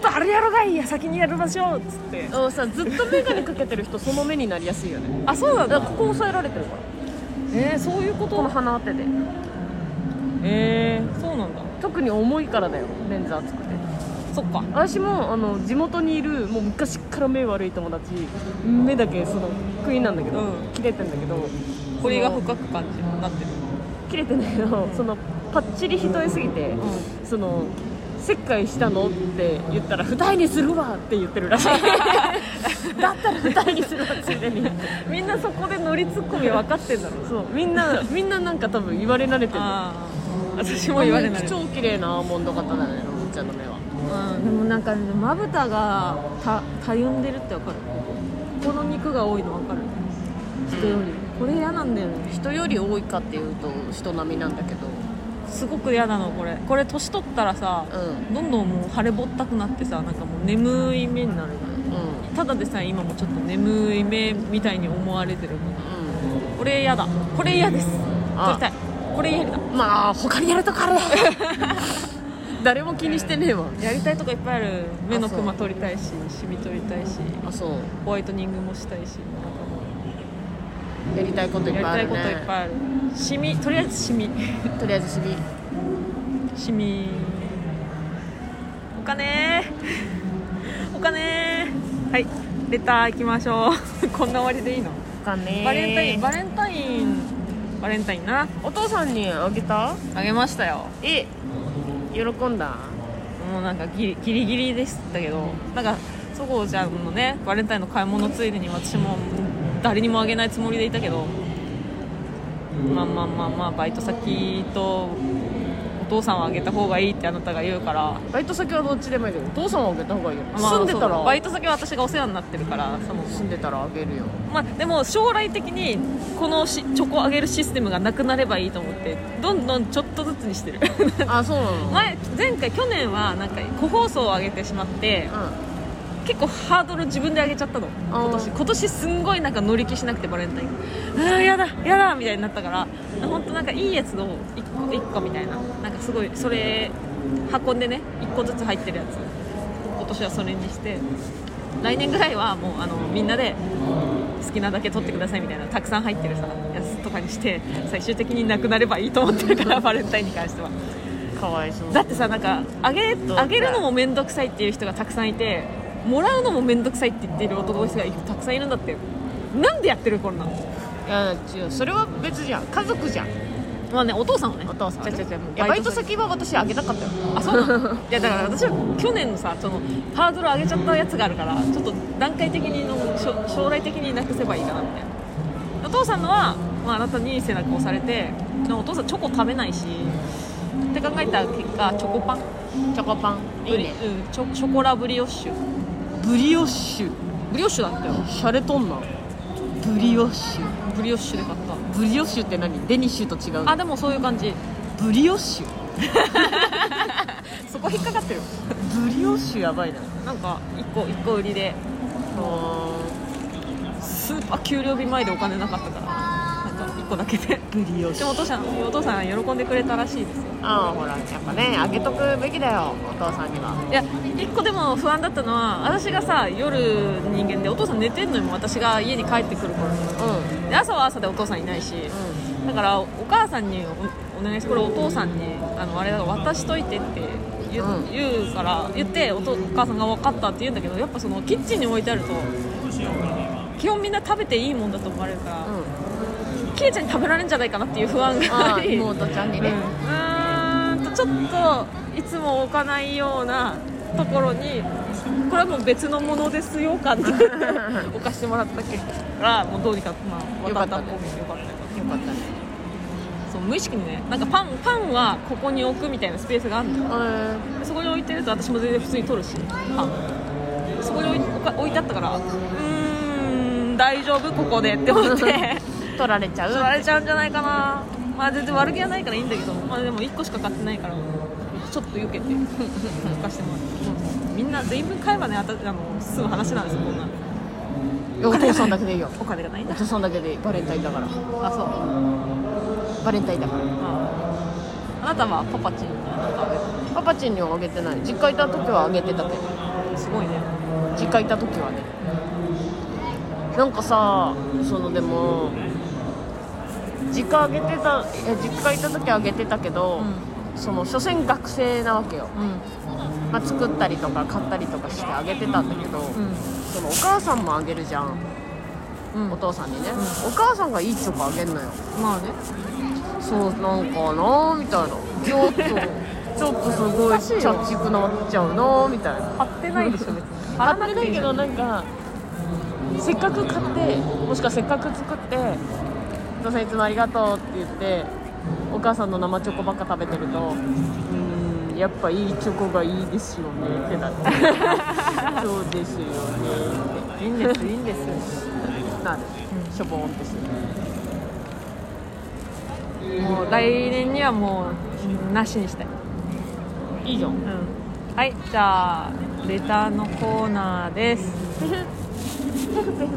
[SPEAKER 2] とあるやろがいいや先にやりましょうっつって
[SPEAKER 1] ん、うん、さずっと眼鏡かけてる人その目になりやすいよね
[SPEAKER 2] あそうなん
[SPEAKER 1] だ
[SPEAKER 2] だ
[SPEAKER 1] からここ押さえられてるから
[SPEAKER 2] えー、そういうこ
[SPEAKER 1] この
[SPEAKER 2] と
[SPEAKER 1] 鼻当てで
[SPEAKER 2] えー、そうなんだ
[SPEAKER 1] 特に重いからだよレンズ厚くて
[SPEAKER 2] そっか
[SPEAKER 1] 私もあの地元にいるもう昔から目悪い友達目だけそのクイーンなんだけど、
[SPEAKER 2] うん
[SPEAKER 1] 切れてんだけど
[SPEAKER 2] 彫りが
[SPEAKER 1] その
[SPEAKER 2] 深く感じになってる
[SPEAKER 1] 切れてんだけどそのパッチリ一重すぎて、その切開したのって言ったら二重にするわって言ってるらしい *laughs* だったら二重にするわついでに
[SPEAKER 2] みんなそこで乗りツッコミ分かってんだろうな
[SPEAKER 1] そうみんなみんななんか多分言われ慣れてる
[SPEAKER 2] ああ私も言われない、
[SPEAKER 1] 超綺麗なアーモンド型だねロボちゃんの目は
[SPEAKER 2] うん、でもなんかねまぶたがたたゆんでるってわかるここの肉が多いのわかる人よりこれ嫌なんだよね
[SPEAKER 1] 人より多いかっていうと人並みなんだけど
[SPEAKER 2] すごく嫌なのこれこれ年取ったらさ、
[SPEAKER 1] う
[SPEAKER 2] どんどんもう腫れぼったくなってさなんかもう眠い目になるじ
[SPEAKER 1] うん
[SPEAKER 2] ゃんただでさえ今もちょっと眠い目みたいに思われてるの
[SPEAKER 1] うん
[SPEAKER 2] これ嫌だこれ嫌です
[SPEAKER 1] あ
[SPEAKER 2] 取りたいこれやりだ
[SPEAKER 1] まあ他にやるとかあれ *laughs* 誰も気にしてねえわ
[SPEAKER 2] やりたいとかいっぱいある目の
[SPEAKER 1] あそう
[SPEAKER 2] クマ取りたいしシミ取りたいし
[SPEAKER 1] あそう
[SPEAKER 2] ホワイトニングもしたいし
[SPEAKER 1] やりたいことい
[SPEAKER 2] や
[SPEAKER 1] っ
[SPEAKER 2] り
[SPEAKER 1] ぱいあ
[SPEAKER 2] たい
[SPEAKER 1] る
[SPEAKER 2] こと
[SPEAKER 1] ね
[SPEAKER 2] いっぱいあるシミとりあえずシミ
[SPEAKER 1] とりあえずシミ
[SPEAKER 2] シミお金お金はいレター行きましょう *laughs* こんな終わりでいいの
[SPEAKER 1] お金
[SPEAKER 2] バレンタインバレンタインバレンタインな
[SPEAKER 1] お父さんにあげた
[SPEAKER 2] あげましたよ
[SPEAKER 1] え喜んだ
[SPEAKER 2] もうなんかギリギリギリでしたけどなんかそごうちゃんのねバレンタインの買い物ついでに私も誰にもあげないつもりでいたけどまあまあまあまあバイト先とお父さんはあげた方がいいってあなたが言うから
[SPEAKER 1] バイト先はどっちでもいいけどお父さんはあげた方がいいよ、
[SPEAKER 2] まあ
[SPEAKER 1] 住んでた
[SPEAKER 2] そ
[SPEAKER 1] ら
[SPEAKER 2] うバイト先は私がお世話になってるからその、
[SPEAKER 1] 住んでたらあげるよ
[SPEAKER 2] まあ、でも将来的にこのしチョコあげるシステムがなくなればいいと思ってどんどんちょっとずつにしてる *laughs*
[SPEAKER 1] あそうなの
[SPEAKER 2] 前前回去年はなんか個包装をあげてしまって結構ハードル自分で上げちゃったの
[SPEAKER 1] あー
[SPEAKER 2] 今年今年すんごいなんか乗り気しなくてバレンタインああやだやだみたいになったから本当なんかいいやつの1個一個みたいななんかすごいそれ運んでね1個ずつ入ってるやつ今年はそれにして来年ぐらいはもうあのみんなで好きなだけ取ってくださいみたいなたくさん入ってるさやつとかにして最終的になくなればいいと思ってるからバレンタインに関しては
[SPEAKER 1] うんかわいそう
[SPEAKER 2] だってさなんかあげあげるのも面倒くさいっていう人がたくさんいてもらうのも面倒くさいって言ってる男の人がたくさんいるんだってなんでやってるこんなの
[SPEAKER 1] いや違うそれは別じゃん家族じゃん
[SPEAKER 2] まあねお父さんはね
[SPEAKER 1] お父さんはね
[SPEAKER 2] 違う違う違う
[SPEAKER 1] いやバイト先は私あげたかったよ
[SPEAKER 2] あそうなのいやだから私は去年のさそのハードル上げちゃったやつがあるからちょっと段階的にの将将来的になくせばいいかなみたいなお父さんのは、まあ、あなたに背中を押されてでもお父さんチョコ食べないしって考えた結果チョコパン
[SPEAKER 1] チョコパンいいね
[SPEAKER 2] ブリうん、チョチョコラブリオッシュ
[SPEAKER 1] ブリオッシュ
[SPEAKER 2] ブリオッシュだったよ
[SPEAKER 1] シャレとんなブリオッシュ
[SPEAKER 2] ブリオッシュで買っ
[SPEAKER 1] ブリオッシュって何デニッシュと違う
[SPEAKER 2] たあでもそういう感じ
[SPEAKER 1] ブリオッシュ
[SPEAKER 2] そこ引っかかってる
[SPEAKER 1] ブリオッシュやばいな
[SPEAKER 2] なんか1個1個売りでスーパー給料日前でお金なかったからなんか1個だけで
[SPEAKER 1] ブリオッシ
[SPEAKER 2] でもお
[SPEAKER 1] ュ
[SPEAKER 2] 父さんお父さん喜んでくれたらしいですよ
[SPEAKER 1] ああほらやっぱねあげとくべきだよお父さんにはい
[SPEAKER 2] や1個でも不安だったのは私がさ夜人間でお父さん寝てんのにも私が家に帰ってくる頃
[SPEAKER 1] う
[SPEAKER 2] で朝は朝でお父さんいないしだからお母さんにおお願いしてこれお父さんにあのあれだから渡しといてって言,、う
[SPEAKER 1] うん
[SPEAKER 2] 言うから言ってお父お母さんが分かったって言うんだけどやっぱそのキッチンに置いてあると基本みんな食べていいもんだと思われるから、
[SPEAKER 1] ん
[SPEAKER 2] キイちゃんに食べられるんじゃないかなっていう不安が
[SPEAKER 1] あ
[SPEAKER 2] あ
[SPEAKER 1] あ
[SPEAKER 2] り
[SPEAKER 1] 妹ちゃんに
[SPEAKER 2] うんう
[SPEAKER 1] ね
[SPEAKER 2] ーんとちょっといつも置かないようなところにこれはもう別のものですよ感で置かしてもらったけからもうどうにか、まあ、
[SPEAKER 1] よかった
[SPEAKER 2] 渡
[SPEAKER 1] ね
[SPEAKER 2] たっぽいよかったよ
[SPEAKER 1] よかったね
[SPEAKER 2] そう無意識にねなんかパンパンはここに置くみたいなスペースがあるんだよそこに置いてると私も全然普通に取るしパンそこに置い置か置いてあったからうーん大丈夫ここでって思って *laughs*
[SPEAKER 1] 取られちゃう
[SPEAKER 2] 取られちゃうんじゃないかなまあ全然悪気はないからいいんだけど、まあ、でも1個しか買ってないからちょっと避けて置かしてもらって *laughs* みんな全員分買えばねあたあの済む話なんですよこんな
[SPEAKER 1] お父さんだけでいいよ
[SPEAKER 2] お金がないん
[SPEAKER 1] お
[SPEAKER 2] だ
[SPEAKER 1] 父さんだけでいいバレンタインだから
[SPEAKER 2] あそう
[SPEAKER 1] バレンタインだから
[SPEAKER 2] ああなたはパパチンみたいなの食べて
[SPEAKER 1] パパチンにはあげてない実家いた時はあげてたけど
[SPEAKER 2] すごいね
[SPEAKER 1] 実家いた時はねなんかさそのでも実家あげてたえ実家いた時あげてたけど、その所詮学生なわけよ、
[SPEAKER 2] うん
[SPEAKER 1] まあ、作ったりとか買ったりとかしてあげてたんだけど、
[SPEAKER 2] う
[SPEAKER 1] そのお母さんもあげるじゃん、
[SPEAKER 2] んう
[SPEAKER 1] お
[SPEAKER 2] ん
[SPEAKER 1] 父さんにね、
[SPEAKER 2] う
[SPEAKER 1] お母さんがいいチョコあげんのよ
[SPEAKER 2] まあね
[SPEAKER 1] そうなんかなみたいなちょっと *laughs* ちょっとすごい
[SPEAKER 2] しいよ
[SPEAKER 1] チャチくなっちゃうなみたいな
[SPEAKER 2] 買ってないでしょ別に
[SPEAKER 1] 洗ってないけどなんかせっかく買ってもしくはせっかく作って「お父さんいつもありがとう」って言ってお母さんの生チョコばっか食べてるとうーんやっぱいいチョコがいいですよねってなって *laughs* そうですよね
[SPEAKER 2] いいんですいいんです
[SPEAKER 1] ってなる、しょぼーんってする
[SPEAKER 2] もう来年にはもうなしにしたい、
[SPEAKER 1] いいじゃん
[SPEAKER 2] うん、はいじゃあレターのコーナーです
[SPEAKER 1] ペフペフペフペフ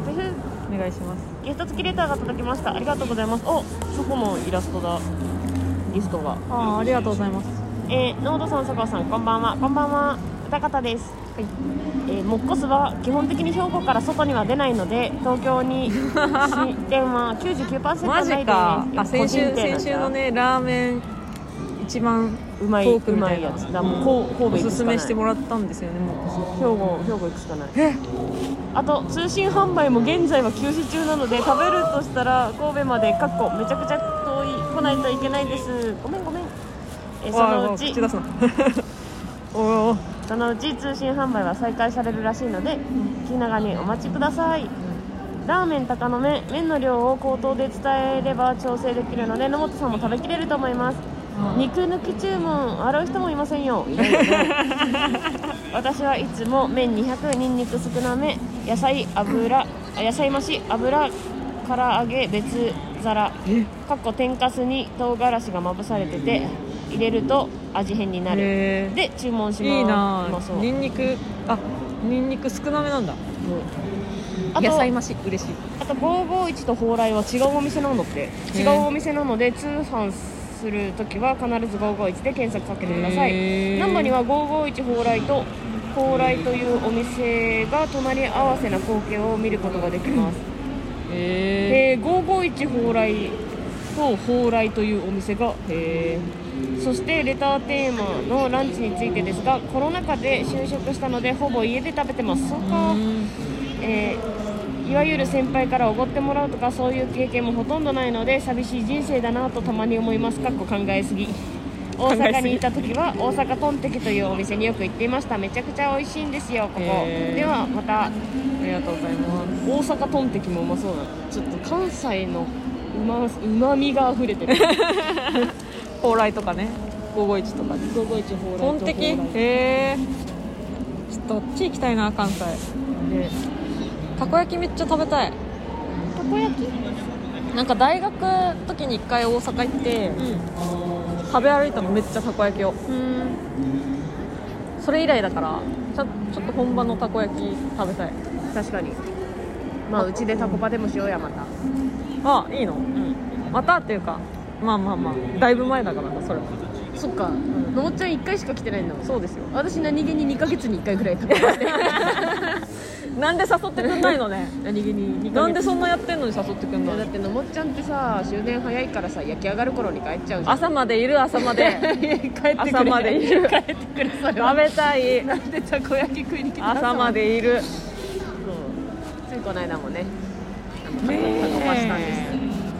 [SPEAKER 2] お願いします
[SPEAKER 1] ゲスト付きレターが届きましたありがとうございますおそこもイラストだリストが
[SPEAKER 2] ああありがとうございます
[SPEAKER 1] えー、ノードさん、佐川さん、こんばんは。こんばんは。歌方です。
[SPEAKER 2] はい
[SPEAKER 1] えー、モッコスは基本的に兵庫から外には出ないので、東京に
[SPEAKER 2] *laughs*
[SPEAKER 1] 進展は99%ない
[SPEAKER 2] マ
[SPEAKER 1] です。
[SPEAKER 2] ジか
[SPEAKER 1] いや
[SPEAKER 2] あ先週先週の。ねラーメン一番
[SPEAKER 1] 個人店なんだうまい
[SPEAKER 2] トーク
[SPEAKER 1] う
[SPEAKER 2] み
[SPEAKER 1] ま
[SPEAKER 2] たい
[SPEAKER 1] い
[SPEAKER 2] な
[SPEAKER 1] やつだ。もうこう神戸行
[SPEAKER 2] お
[SPEAKER 1] く
[SPEAKER 2] す
[SPEAKER 1] し
[SPEAKER 2] す
[SPEAKER 1] かない
[SPEAKER 2] めしてもらったんですよねも。
[SPEAKER 1] 兵庫兵庫行くしかないう
[SPEAKER 2] え
[SPEAKER 1] あと通信販売も現在は休止中なので食べるとしたら神戸までかっこめちゃくちゃ遠い来ないといけないです。ごめんごめん。えーそのうち *laughs*
[SPEAKER 2] 口出すなおお
[SPEAKER 1] そのうち通信販売は再開されるらしいので、気長にお待ちください、ラーメン高野麺麺の量を口頭で伝えれば調整できるので野本さんも食べきれると思います、肉抜き注文洗う人もいませんよいないよね私はいつも麺200にんにく少なめ野菜油あ野菜増し油から揚げ別皿
[SPEAKER 2] え
[SPEAKER 1] かっこ天かすに唐辛子がまぶされてて入れると味変になる
[SPEAKER 2] へー
[SPEAKER 1] で注文します
[SPEAKER 2] いいな
[SPEAKER 1] まあそう
[SPEAKER 2] ぁにんにくあにんにく少なめなんだ
[SPEAKER 1] あと
[SPEAKER 2] 野菜増し嬉しい
[SPEAKER 1] あと551と蓬莱は違うお店なんだって違
[SPEAKER 2] へ
[SPEAKER 1] うお店なので通販するときは必ず551で検索かけてくださ
[SPEAKER 2] へ
[SPEAKER 1] い
[SPEAKER 2] ー
[SPEAKER 1] 難波には551蓬莱と蓬莱というお店が隣り合わせな光景を見ることができます
[SPEAKER 2] へえ
[SPEAKER 1] えー、551蓬莱と蓬莱というお店がへーそしてレターテーマのランチについてですがコロナ禍で就職したのでほぼ家で食べてますそうか、えーいわゆる先輩からおごってもらうとかそういう経験もほとんどないので寂しい人生だなとたまに思いますかっこ考えすぎ大
[SPEAKER 2] えすぎ
[SPEAKER 1] 阪にいた時は大阪トンテキというお店によく行っていましためちゃくちゃ美味しいんですよここ
[SPEAKER 2] へー
[SPEAKER 1] ではまた
[SPEAKER 2] ありがとうございます
[SPEAKER 1] 大阪トンテキもうまそうだなちょっと関西のうまうまみが溢れ *laughs* てる
[SPEAKER 2] 高麗とかね551とかで
[SPEAKER 1] 551ほう
[SPEAKER 2] トンテキ
[SPEAKER 1] ね
[SPEAKER 2] へえちょっとあっち行きたいな関西たこ焼きめっちゃ食べたい
[SPEAKER 1] たこ焼き
[SPEAKER 2] なんか大学の時に一回大阪行って食べ歩いたのめっちゃたこ焼きを
[SPEAKER 1] うん
[SPEAKER 2] それ以来だからちょちょっと本場のたこ焼き食べたい
[SPEAKER 1] 確かにまあうちでタコパでもしようやまた
[SPEAKER 2] あいいの
[SPEAKER 1] うん
[SPEAKER 2] またっていうかまあまあまあだいぶ前だからなそれは
[SPEAKER 1] そっかのもっちゃん1回しか来てないんだもん
[SPEAKER 2] そうですよ *laughs*
[SPEAKER 1] 私何気に2ヶ月に1回ぐらいタコパして
[SPEAKER 2] なんで誘ってくんないのね
[SPEAKER 1] 何気に2ヶ月
[SPEAKER 2] なんでそんなやってんのに誘ってくん
[SPEAKER 1] いや *laughs*
[SPEAKER 2] な
[SPEAKER 1] だ
[SPEAKER 2] い
[SPEAKER 1] ってのもっちゃんってさ終電早いからさ焼き上がる頃に帰っちゃうじゃん
[SPEAKER 2] 朝までいる朝まで
[SPEAKER 1] 帰ってくれ *laughs*
[SPEAKER 2] 朝までいる
[SPEAKER 1] 帰ってくれそれ
[SPEAKER 2] 食
[SPEAKER 1] は
[SPEAKER 2] べたい
[SPEAKER 1] なんでたこ焼き食いに来た
[SPEAKER 2] 朝までい
[SPEAKER 1] そ
[SPEAKER 2] る
[SPEAKER 1] うついこの間もね
[SPEAKER 2] ねえ
[SPEAKER 1] タコパしたんです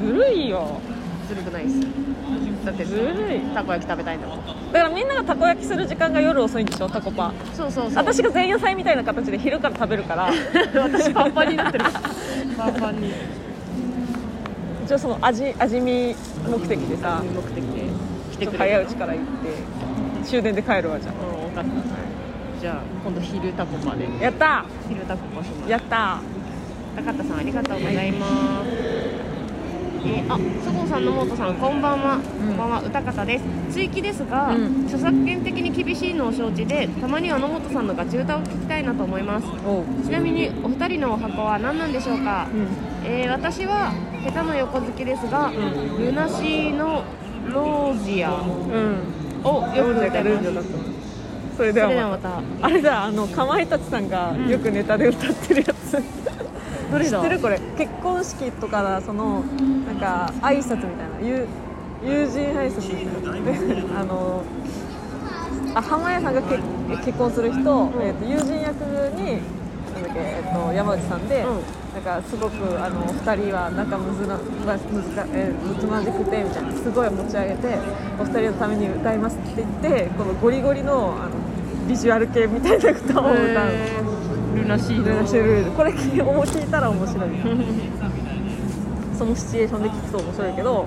[SPEAKER 2] ずるいよ
[SPEAKER 1] ずずるくないですだって
[SPEAKER 2] ずるい
[SPEAKER 1] たこ焼き食べたいんだもん
[SPEAKER 2] だからみんながたこ焼きする時間が夜遅いんでしょタコパ
[SPEAKER 1] そうそうそう
[SPEAKER 2] 私が前夜祭みたいな形で昼から食べるから *laughs*
[SPEAKER 1] 私パンパンになってるパンパンに
[SPEAKER 2] 一応その味味見目的でさ
[SPEAKER 1] 目的で来
[SPEAKER 2] ち
[SPEAKER 1] て
[SPEAKER 2] ょっ
[SPEAKER 1] く
[SPEAKER 2] と
[SPEAKER 1] れ
[SPEAKER 2] 早
[SPEAKER 1] る
[SPEAKER 2] いうちから行って終電で帰るわじゃ
[SPEAKER 1] うん分かったじゃあ今度昼タコパで
[SPEAKER 2] あやった
[SPEAKER 1] 昼タコパします
[SPEAKER 2] ーやった
[SPEAKER 1] 高田さんありがとうございます、えーあ、そごうさんのもーとさんこんばんは、
[SPEAKER 2] ん
[SPEAKER 1] こんばんは歌方です追記ですが、
[SPEAKER 2] うん
[SPEAKER 1] 著作権的に厳しいのを承知でたまには野本さんのガチ歌を聞きたいなと思います
[SPEAKER 2] ーおう、
[SPEAKER 1] ちなみにお二人のお箱は何なんでしょうか、
[SPEAKER 2] う
[SPEAKER 1] えー私は下手の横好きですが、
[SPEAKER 2] ん
[SPEAKER 1] ルナシーのロージアを
[SPEAKER 2] んうん、
[SPEAKER 1] よく歌い
[SPEAKER 2] ル
[SPEAKER 1] ま
[SPEAKER 2] ー
[SPEAKER 1] す
[SPEAKER 2] ジュだったそれで
[SPEAKER 1] そ
[SPEAKER 2] は
[SPEAKER 1] れではま
[SPEAKER 2] ま
[SPEAKER 1] た
[SPEAKER 2] たあれだあのかまいたちさんがよくネタで歌ってるやつ、
[SPEAKER 1] どれ
[SPEAKER 2] 知
[SPEAKER 1] だ
[SPEAKER 2] ってるこれ結婚式とかだそのなんか挨拶みたいな友友人挨拶みたいなあのあ濱家さんが結結婚する人、えっと友人役になんだっけ、えっと山内さんで、
[SPEAKER 1] うん
[SPEAKER 2] なんかすごくあの2人は仲むずなまむずか、えーむつまじくてみたいなすごい持ち上げてお二人のために歌いますって言ってこのゴリゴリのあのビジュアル系みたいな歌を歌う。
[SPEAKER 1] えールナシーの
[SPEAKER 2] ルナシュルールこれ聞いたら面白いよそのシチュエーションで聞くと面白いけど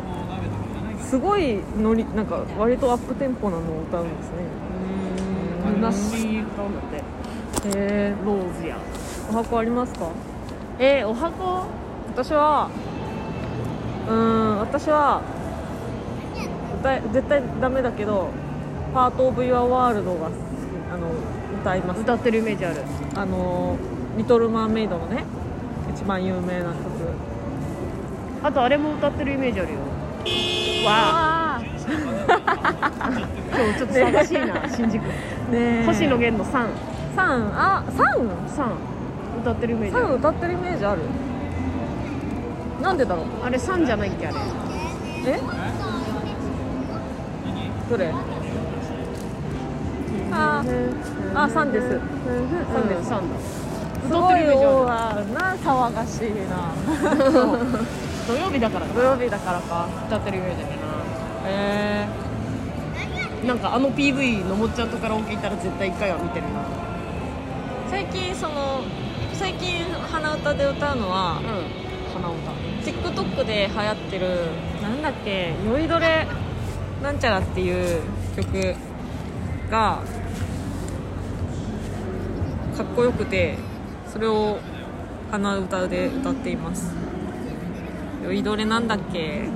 [SPEAKER 2] すごいノリなんか割とアップテンポなのを歌うんですね
[SPEAKER 1] うーんルナシーなんだって
[SPEAKER 2] へえ
[SPEAKER 1] ロージア
[SPEAKER 2] お箱ありますか
[SPEAKER 1] えー、お箱
[SPEAKER 2] 私はうーん私は歌い絶対ダメだけど「パート・オブ・ユア・ワールド」が好きあの歌います
[SPEAKER 1] 歌ってるイメージある
[SPEAKER 2] あの「リトル・マーメイド」のね一番有名な曲
[SPEAKER 1] あとあれも歌ってるイメージあるよわあ
[SPEAKER 2] あ
[SPEAKER 1] 今日ちょっと寂しいな新宿
[SPEAKER 2] ねえ
[SPEAKER 1] 星野源の3
[SPEAKER 2] サンあサン
[SPEAKER 1] 三歌ってるイメージ
[SPEAKER 2] サ
[SPEAKER 1] あ
[SPEAKER 2] ン
[SPEAKER 1] る
[SPEAKER 2] 歌ってるイメージあるなんでだろう
[SPEAKER 1] あれ3じゃないっけあれ
[SPEAKER 2] えどれああ3で
[SPEAKER 1] 3で
[SPEAKER 2] す
[SPEAKER 1] す3だ
[SPEAKER 2] す
[SPEAKER 1] 歌ってる
[SPEAKER 2] ご
[SPEAKER 1] イ
[SPEAKER 2] い
[SPEAKER 1] メージ
[SPEAKER 2] よ
[SPEAKER 1] あ
[SPEAKER 2] な騒がしいな
[SPEAKER 1] るそう土曜日だから
[SPEAKER 2] 土曜日だからか
[SPEAKER 1] 歌ってるイメージある
[SPEAKER 2] え
[SPEAKER 1] ななんかあの PV のもっちゃんとカラオケ行ったら絶対1回は見てるな
[SPEAKER 2] 最近その最近鼻歌で歌うのは
[SPEAKER 1] うん鼻歌
[SPEAKER 2] TikTok で流行ってるなんだっけ「酔いどれなんちゃら」っていう曲がかっこよくてそれを鼻歌で歌っています酔いどれなんだっけ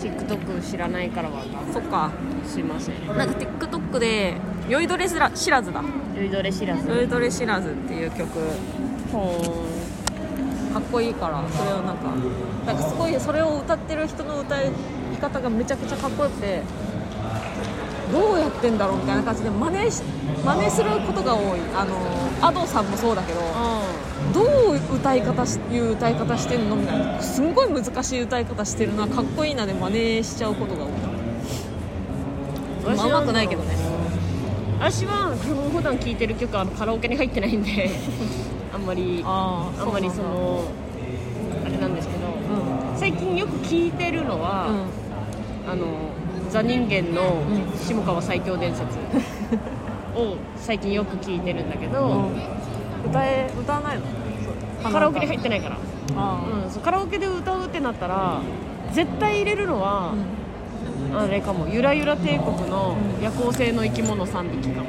[SPEAKER 1] TikTok 知らないからは
[SPEAKER 2] そっか
[SPEAKER 1] すいません
[SPEAKER 2] なんか TikTok で「酔いどれ知ら知らずだ」
[SPEAKER 1] 酔いどれ知ら
[SPEAKER 2] 「
[SPEAKER 1] ず
[SPEAKER 2] 酔いどれ知らず」っていう曲
[SPEAKER 1] ほ
[SPEAKER 2] かっこいいからそれをなんかなんかすごいそれを歌ってる人の歌い方がめちゃくちゃかっこよくてどうやってんだろうみたいな感じで真似し真似することが多いあのアドさんもそうだけど
[SPEAKER 1] ー
[SPEAKER 2] どう歌い方しいう歌い方してるのみたいなすんごい難しい歌い方してるなかっこいいなで真似しちゃうことが多い、
[SPEAKER 1] うん
[SPEAKER 2] まあ、うまくないけどね
[SPEAKER 1] 私は基本普段聴いてる曲はあのカラオケに入ってないんで *laughs* あんまりあ
[SPEAKER 2] あ
[SPEAKER 1] んまりそのあれなんですけど
[SPEAKER 2] うんうん
[SPEAKER 1] 最近よく聴いてるのは、あのザ人間の
[SPEAKER 2] うん
[SPEAKER 1] 下川最強伝 *laughs* 説を最近よく聴いてるんだけど、
[SPEAKER 2] 歌え歌わないのそう
[SPEAKER 1] カラオケに入ってないから、
[SPEAKER 2] あー
[SPEAKER 1] うん、そうカラオケで歌うってなったら絶対入れるのは、あれかもゆらゆら帝国の夜行性の生き物3匹かも、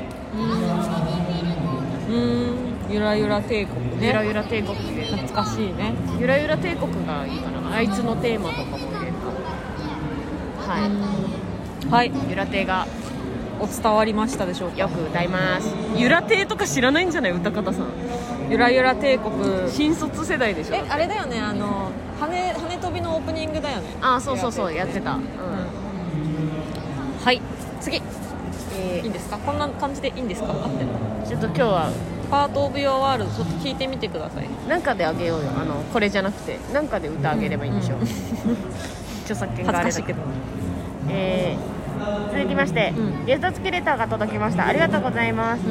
[SPEAKER 2] うんゆらゆら帝国
[SPEAKER 1] ゆら
[SPEAKER 2] ね
[SPEAKER 1] ゆら帝国って
[SPEAKER 2] 懐かしいね
[SPEAKER 1] ゆらゆら帝国がいいかなあいつのテーマとかも入れるかもは
[SPEAKER 2] はい
[SPEAKER 1] いゆら亭が
[SPEAKER 2] お伝わりましたでしょうか
[SPEAKER 1] よく歌いますゆら亭とか知らないんじゃない歌方さん
[SPEAKER 2] ゆらゆら帝国
[SPEAKER 1] 新卒世代でしょ
[SPEAKER 2] えあれだよねあの羽羽飛びのオープニングだよね
[SPEAKER 1] あそうそうそうやってた、うん
[SPEAKER 2] はい次い
[SPEAKER 1] え
[SPEAKER 2] いんですかこんな感じでいいんですか合ってる
[SPEAKER 1] ーちょっと今日は
[SPEAKER 2] パート・オブ・ヨア・ワールドちょっと聞いてみてください
[SPEAKER 1] なんかであげようよあのこれじゃなくてなんかで歌あげればいいんでしょ、う著作権があれ
[SPEAKER 2] 恥ずか
[SPEAKER 1] だ
[SPEAKER 2] しいけど
[SPEAKER 1] えー続きまして、
[SPEAKER 2] うん
[SPEAKER 1] ゲスト付きレターが届きましたありがとうございます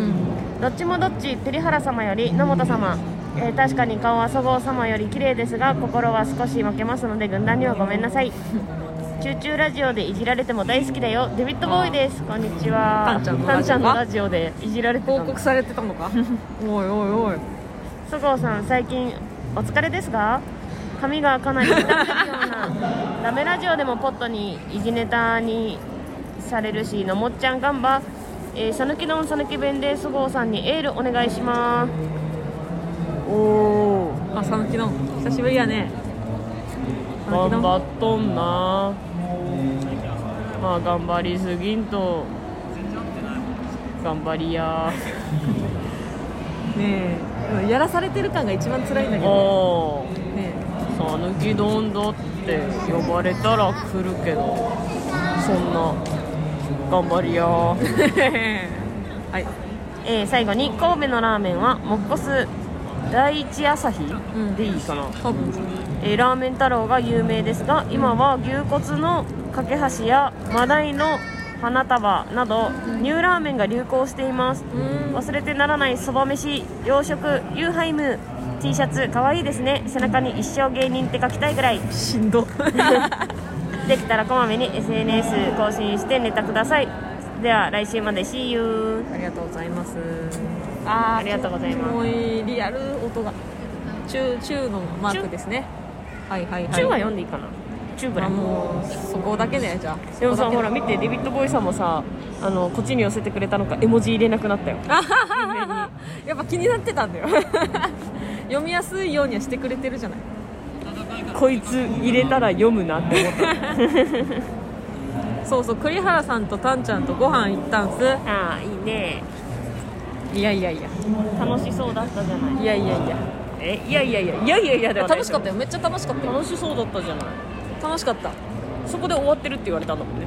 [SPEAKER 1] どっちもどっち栗原様より野本様、えー確かに顔はそごう様より綺麗ですが心は少し負けますので軍団にはごめんなさいチューチューラジオでいじられても大好きだよデビッドボーイですこんにちは
[SPEAKER 2] タンちゃんの
[SPEAKER 1] タンちゃんの
[SPEAKER 2] ラ
[SPEAKER 1] ラジオでいじられてた
[SPEAKER 2] 報
[SPEAKER 1] の
[SPEAKER 2] 告されてたのかおいおいおい
[SPEAKER 1] そごうさん最近お疲れですが髪がかなり傷んでるようなダメラジオでもポットにいじネタにされるしのもっちゃんガンバえーさぬき丼さぬき弁でそごうさんにエールお願いしますおお
[SPEAKER 2] あさぬきの久しぶりやねさ
[SPEAKER 1] 頑
[SPEAKER 2] ぬき
[SPEAKER 1] 張
[SPEAKER 2] の
[SPEAKER 1] っとんなまあ頑張りすぎんと頑張り
[SPEAKER 2] *laughs*
[SPEAKER 1] や
[SPEAKER 2] ねえやらされてる感が一番辛いんだけど
[SPEAKER 1] おー
[SPEAKER 2] ね
[SPEAKER 1] さぬきどんだって呼ばれたら来るけどそんな頑張りや
[SPEAKER 2] はい
[SPEAKER 1] えー最後に神戸のラーメンはもっこす第一朝日
[SPEAKER 2] ん
[SPEAKER 1] でいいかな、
[SPEAKER 2] 多分
[SPEAKER 1] えーラーメン太郎が有名ですが今は牛骨の架け橋やマダイの花束などニューラーメンが流行しています
[SPEAKER 2] うん
[SPEAKER 1] 忘れてならないそば飯洋食ユーハイム T シャツかわいいですね背中に一生芸人って書きたいぐらい
[SPEAKER 2] しんど
[SPEAKER 1] できたらこまめに SNS 更新してネタくださいでは来週まで See you
[SPEAKER 2] ありがとうございますあー
[SPEAKER 1] ありがとうございます
[SPEAKER 2] キモいリアル音がチューチューのマークですねはいはいはい
[SPEAKER 1] チューは読んでいいかなチューぐら
[SPEAKER 2] あ
[SPEAKER 1] い
[SPEAKER 2] もうそこだけねじゃあ
[SPEAKER 1] でも
[SPEAKER 2] そ
[SPEAKER 1] さ
[SPEAKER 2] こ
[SPEAKER 1] ほ
[SPEAKER 2] だ
[SPEAKER 1] ら
[SPEAKER 2] け
[SPEAKER 1] 見てデビッドボーイさんもさあのこっちに寄せてくれたのか絵文字入れなくなったよ
[SPEAKER 2] やっぱ気になってたんだよ *laughs* 読みやすいようにはしてくれてるじゃない
[SPEAKER 1] こいつ入れたら読むなって思った
[SPEAKER 2] そうそう栗原さんとタンちゃんとご飯行ったんす
[SPEAKER 1] *laughs* ああいいね
[SPEAKER 2] いやいやいや
[SPEAKER 1] 楽しそうだったじゃない
[SPEAKER 2] いやいやいや
[SPEAKER 1] えいやいやいやいやいやいやではない
[SPEAKER 2] 楽しかったよめっちゃ楽しかったよ
[SPEAKER 1] 楽しそうだったじゃない
[SPEAKER 2] 楽しかった
[SPEAKER 1] そこで終わってるって言われたんだもんね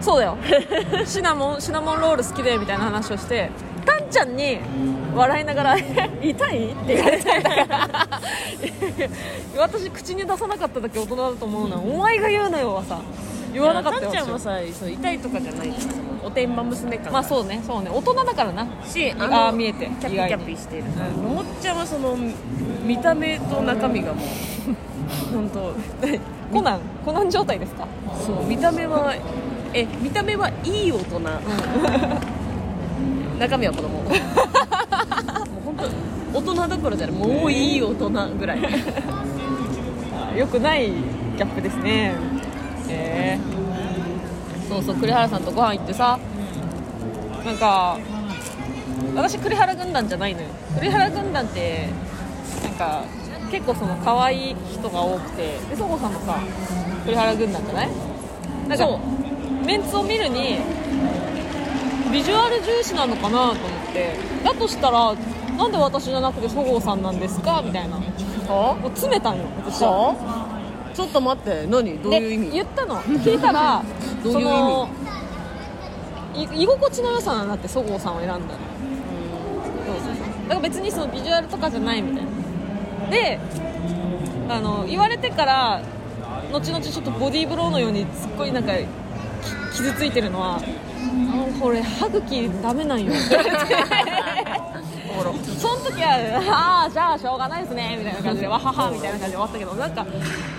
[SPEAKER 2] そうだよ *laughs* シナモンシナモンロール好きでみたいな話をしてタンちゃんに笑いながら *laughs* 「痛い?」って言われたん *laughs* だから私口に出さなかっただけ大人だと思うな、お前が言うなよはさ言わなかったよ
[SPEAKER 1] んちゃんはさそう痛いとかじゃないおてんば娘感
[SPEAKER 2] まあそうねそうね大人だからな
[SPEAKER 1] し
[SPEAKER 2] あ
[SPEAKER 1] の
[SPEAKER 2] あ見えて
[SPEAKER 1] キャ
[SPEAKER 2] 意
[SPEAKER 1] ピ
[SPEAKER 2] 外に
[SPEAKER 1] キャピしてるのもっちゃんはその見た目と中身がもう本当
[SPEAKER 2] *laughs* コナンコナン状態ですか
[SPEAKER 1] そう見た目はえ見た目はいい大人、中身は子
[SPEAKER 2] *laughs*
[SPEAKER 1] 供もう本当大人どころじゃないもういい大人ぐらい
[SPEAKER 2] よくないギャップですねえーそうそう栗原さんとご飯行ってさなんか私栗原軍団じゃないのよ栗原軍団ってなんか結構その可愛い人が多くてでそこさんもさ栗原軍団じゃないなん
[SPEAKER 1] そ
[SPEAKER 2] かメンツを見るにビジュアル重視なのかなと思ってだとしたらなんで私じゃなくてそごうさんなんですかみたいなも
[SPEAKER 1] は
[SPEAKER 2] う詰めたんよ私は
[SPEAKER 1] はちょっと待って何どういう意
[SPEAKER 2] で言
[SPEAKER 1] 味
[SPEAKER 2] ったの聞いたら
[SPEAKER 1] どういう意味
[SPEAKER 2] そのい居心地の良さなんだってそごうさんを選んだのそうそうそうだから別にそのビジュアルとかじゃないみたいなであの言われてから後々ちょっとボディーブローのようにすっごいなんかき傷ついてるのはもうこれ歯茎ダメなんよって言われてその時はああじゃあしょうがないですねみたいな感じでわははみたいな感じで終わったけどなんか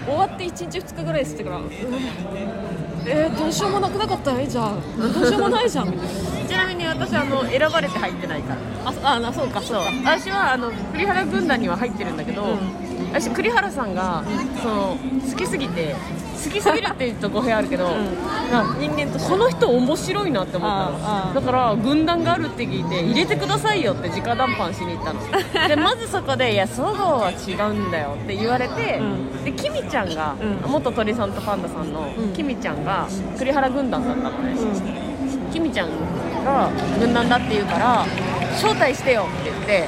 [SPEAKER 2] 終わって1日2日ぐらいしてからうわえー、どうしようもなくなかったらいいじゃんどうしようもないじゃんみたいな
[SPEAKER 1] ちなみに私あの選ばれて入ってないから
[SPEAKER 2] あそあなそうかそうか
[SPEAKER 1] 私はあの栗原軍団には入ってるんだけど、
[SPEAKER 2] うん
[SPEAKER 1] 私栗原さんがその好きすぎて好きすぎるって言うと語弊あるけど、なんか
[SPEAKER 2] 人間として
[SPEAKER 1] この人面白いなって思っ
[SPEAKER 2] ああ
[SPEAKER 1] たのだから軍団があるって聞いて入れてくださいよって直談判しに行った
[SPEAKER 2] *laughs*
[SPEAKER 1] のでまずそこで「いやそごうは違うんだよ」って言われて、
[SPEAKER 2] うん
[SPEAKER 1] でキミちゃんが、
[SPEAKER 2] うん
[SPEAKER 1] 元鳥さんとパンダさんの、
[SPEAKER 2] うん
[SPEAKER 1] キミちゃんが栗原軍団だったのね、
[SPEAKER 2] う
[SPEAKER 1] キミちゃんが軍団だって言うから招待してよって言って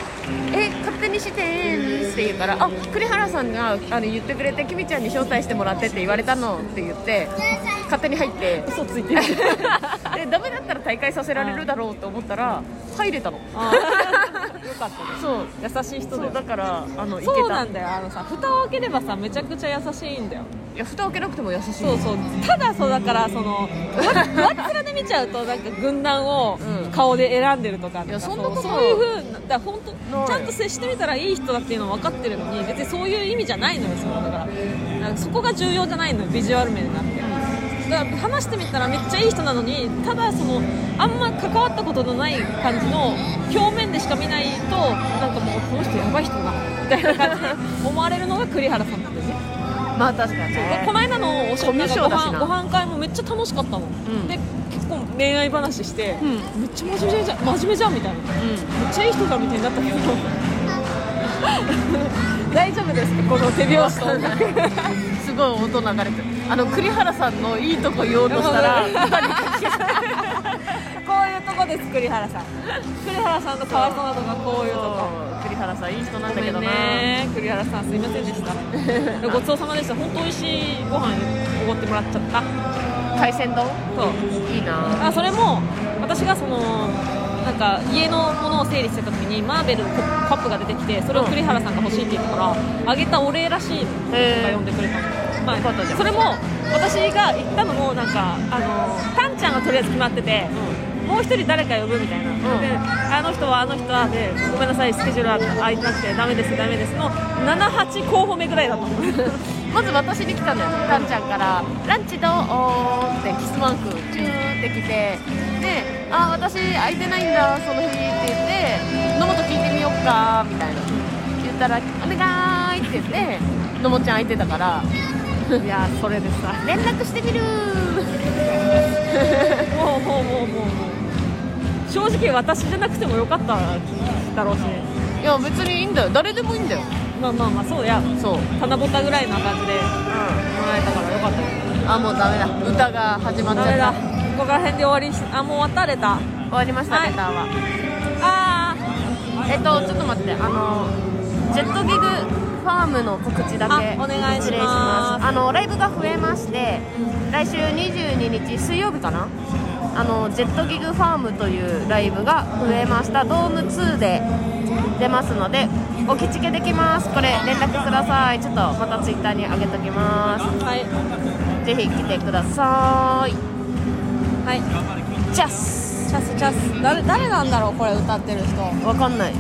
[SPEAKER 1] え勝手にしてって言うからあ栗原さんがあの言ってくれてキミちゃんに招待してもらってって言われたのって言って勝手に入って
[SPEAKER 2] ん嘘つ
[SPEAKER 1] *laughs*
[SPEAKER 2] いてる
[SPEAKER 1] でダメだったら大会させられるだろうと思ったら入れたの
[SPEAKER 2] あー *laughs* よかったね
[SPEAKER 1] *laughs* そう
[SPEAKER 2] 優しい人だ
[SPEAKER 1] そう
[SPEAKER 2] よ
[SPEAKER 1] だからあのいけた
[SPEAKER 2] そうなんだよあのさ蓋を開ければさめちゃくちゃ優しいんだよ
[SPEAKER 1] いや蓋を開けなくても優しい
[SPEAKER 2] そうそうただそうだからそのわわっつらで見ちゃうとなんか軍団を
[SPEAKER 1] うん
[SPEAKER 2] 顔で選んでるとか
[SPEAKER 1] いや
[SPEAKER 2] なんか
[SPEAKER 1] そんなこと
[SPEAKER 2] そうそういうふうなだから本
[SPEAKER 1] な
[SPEAKER 2] 当
[SPEAKER 1] い
[SPEAKER 2] ちゃんと接してみたらいい人だっていうのは分かってるのに別にそういう意味じゃないのよそのだからなんかそこが重要じゃないのよビジュアル面なんてだ話してみたらめっちゃいい人なのにただそのあんま関わったことのない感じの表面でしか見ないとなんかもうこの人やばい人だみたいな感じで思われるのが栗原さんなんですね
[SPEAKER 1] まあ確かに
[SPEAKER 2] でこの間のおし
[SPEAKER 1] コミュ障
[SPEAKER 2] ご
[SPEAKER 1] だし
[SPEAKER 2] 飯
[SPEAKER 1] な
[SPEAKER 2] ご飯会もめっちゃ楽しかったもん、
[SPEAKER 1] ん
[SPEAKER 2] で結構恋愛話して、
[SPEAKER 1] うん
[SPEAKER 2] めっちゃ真面目じゃん真面目じゃんみたいなめっちゃいい人だみたいに
[SPEAKER 1] *laughs*
[SPEAKER 2] なったけど大丈夫ですかこの手拍子と音楽
[SPEAKER 1] うんすごい音流れてるあの栗原さんのいいとこ言おうとした
[SPEAKER 2] *laughs*
[SPEAKER 1] ら
[SPEAKER 2] いやわかこういうとこです栗原さん栗原さんのかわいそうなとここういうとこ
[SPEAKER 1] そう栗原さんいい人なんだ
[SPEAKER 2] ごめ
[SPEAKER 1] け
[SPEAKER 2] ん
[SPEAKER 1] どな、
[SPEAKER 2] ね栗原さんすいませんでしたごちそうさまでした本当美味しいご飯おごってもらっちゃった
[SPEAKER 1] 海鮮丼
[SPEAKER 2] そう
[SPEAKER 1] いいな
[SPEAKER 2] あそれも私がそのなんか家のものを整理してた時にマーベルのカップが出てきてそれを栗原さんが欲しいって言ったからあげたお礼らしいのとか呼んでくれたの、ま
[SPEAKER 1] よかったじゃ
[SPEAKER 2] あ、
[SPEAKER 1] ん
[SPEAKER 2] それも私が行ったのもなんかあのタンちゃんがとりあえず決まってて、もう一人誰か呼ぶみたいな、
[SPEAKER 1] ん
[SPEAKER 2] であの人はあの人はでごめんなさいスケジュールは空いてなくてダメですダメですの78候補目ぐらいだ
[SPEAKER 1] *laughs*
[SPEAKER 2] と思う
[SPEAKER 1] まず私に来たんだよたんちゃんから「ランチどう?」ってキスマークチューって来てで「あ私空いてないんだその日」って言って「野本聞いてみよっか」みたいな言ったら「お願い」って言って野本ちゃん空いてたから
[SPEAKER 2] いやそれでさ
[SPEAKER 1] 「連絡してみる
[SPEAKER 2] もうもうもうもうもう正直私じゃなくてもよかっただろうしね
[SPEAKER 1] いや別にいいんだよ誰でもいいんだよ
[SPEAKER 2] まあまあまあそうや
[SPEAKER 1] そう、
[SPEAKER 2] 棚ぼたぐらいな感じでもらえたからよかったよ
[SPEAKER 1] あもうダメだ歌が始まっち
[SPEAKER 2] ダ
[SPEAKER 1] ゃ
[SPEAKER 2] メ
[SPEAKER 1] っ
[SPEAKER 2] だ
[SPEAKER 1] た
[SPEAKER 2] ここら辺で終わりしあもう渡れた
[SPEAKER 1] 終わりました、
[SPEAKER 2] はい
[SPEAKER 1] レターは
[SPEAKER 2] あ
[SPEAKER 1] えっとちょっと待ってあのジェットギグファームの告知だけ
[SPEAKER 2] あお願いします
[SPEAKER 1] 失礼しますあのライブが増えまして、来週22日水曜日かなあのジェットギグファームというライブが増えましたドーム2で出ますのでお聞きできますこれ連絡くださいちょっとまたツイッターに上げときま
[SPEAKER 2] ーはい
[SPEAKER 1] すぜひ来てください
[SPEAKER 2] はい
[SPEAKER 1] チャス
[SPEAKER 2] チャスチャス誰誰なんだろうこれ歌ってる人
[SPEAKER 1] わかんない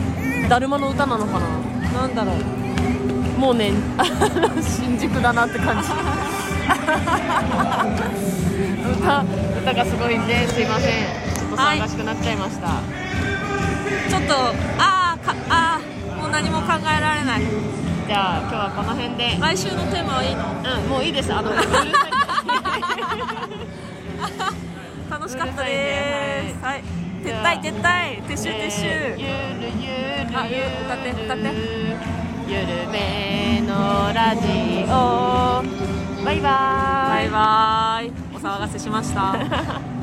[SPEAKER 1] だるまの歌なのかな
[SPEAKER 2] なんだろう
[SPEAKER 1] もうね新宿だなって感じ歌歌がすごいんですいませんちょっと騒がしくなっちゃいました、
[SPEAKER 2] ちょっとあーかあーもう何も考えられない
[SPEAKER 1] じゃあ今日はこの辺で
[SPEAKER 2] 来週のテーマはいいの
[SPEAKER 1] うんもういいですあのうるさいんで
[SPEAKER 2] 楽しかったでーすはい
[SPEAKER 1] で
[SPEAKER 2] 撤
[SPEAKER 1] は
[SPEAKER 2] 退撤退撤収撤収、
[SPEAKER 1] えーゆるゆる
[SPEAKER 2] あゆ歌って歌って
[SPEAKER 1] ゆるめのラジオバイバーイ
[SPEAKER 2] バイバイ。お騒がせしました。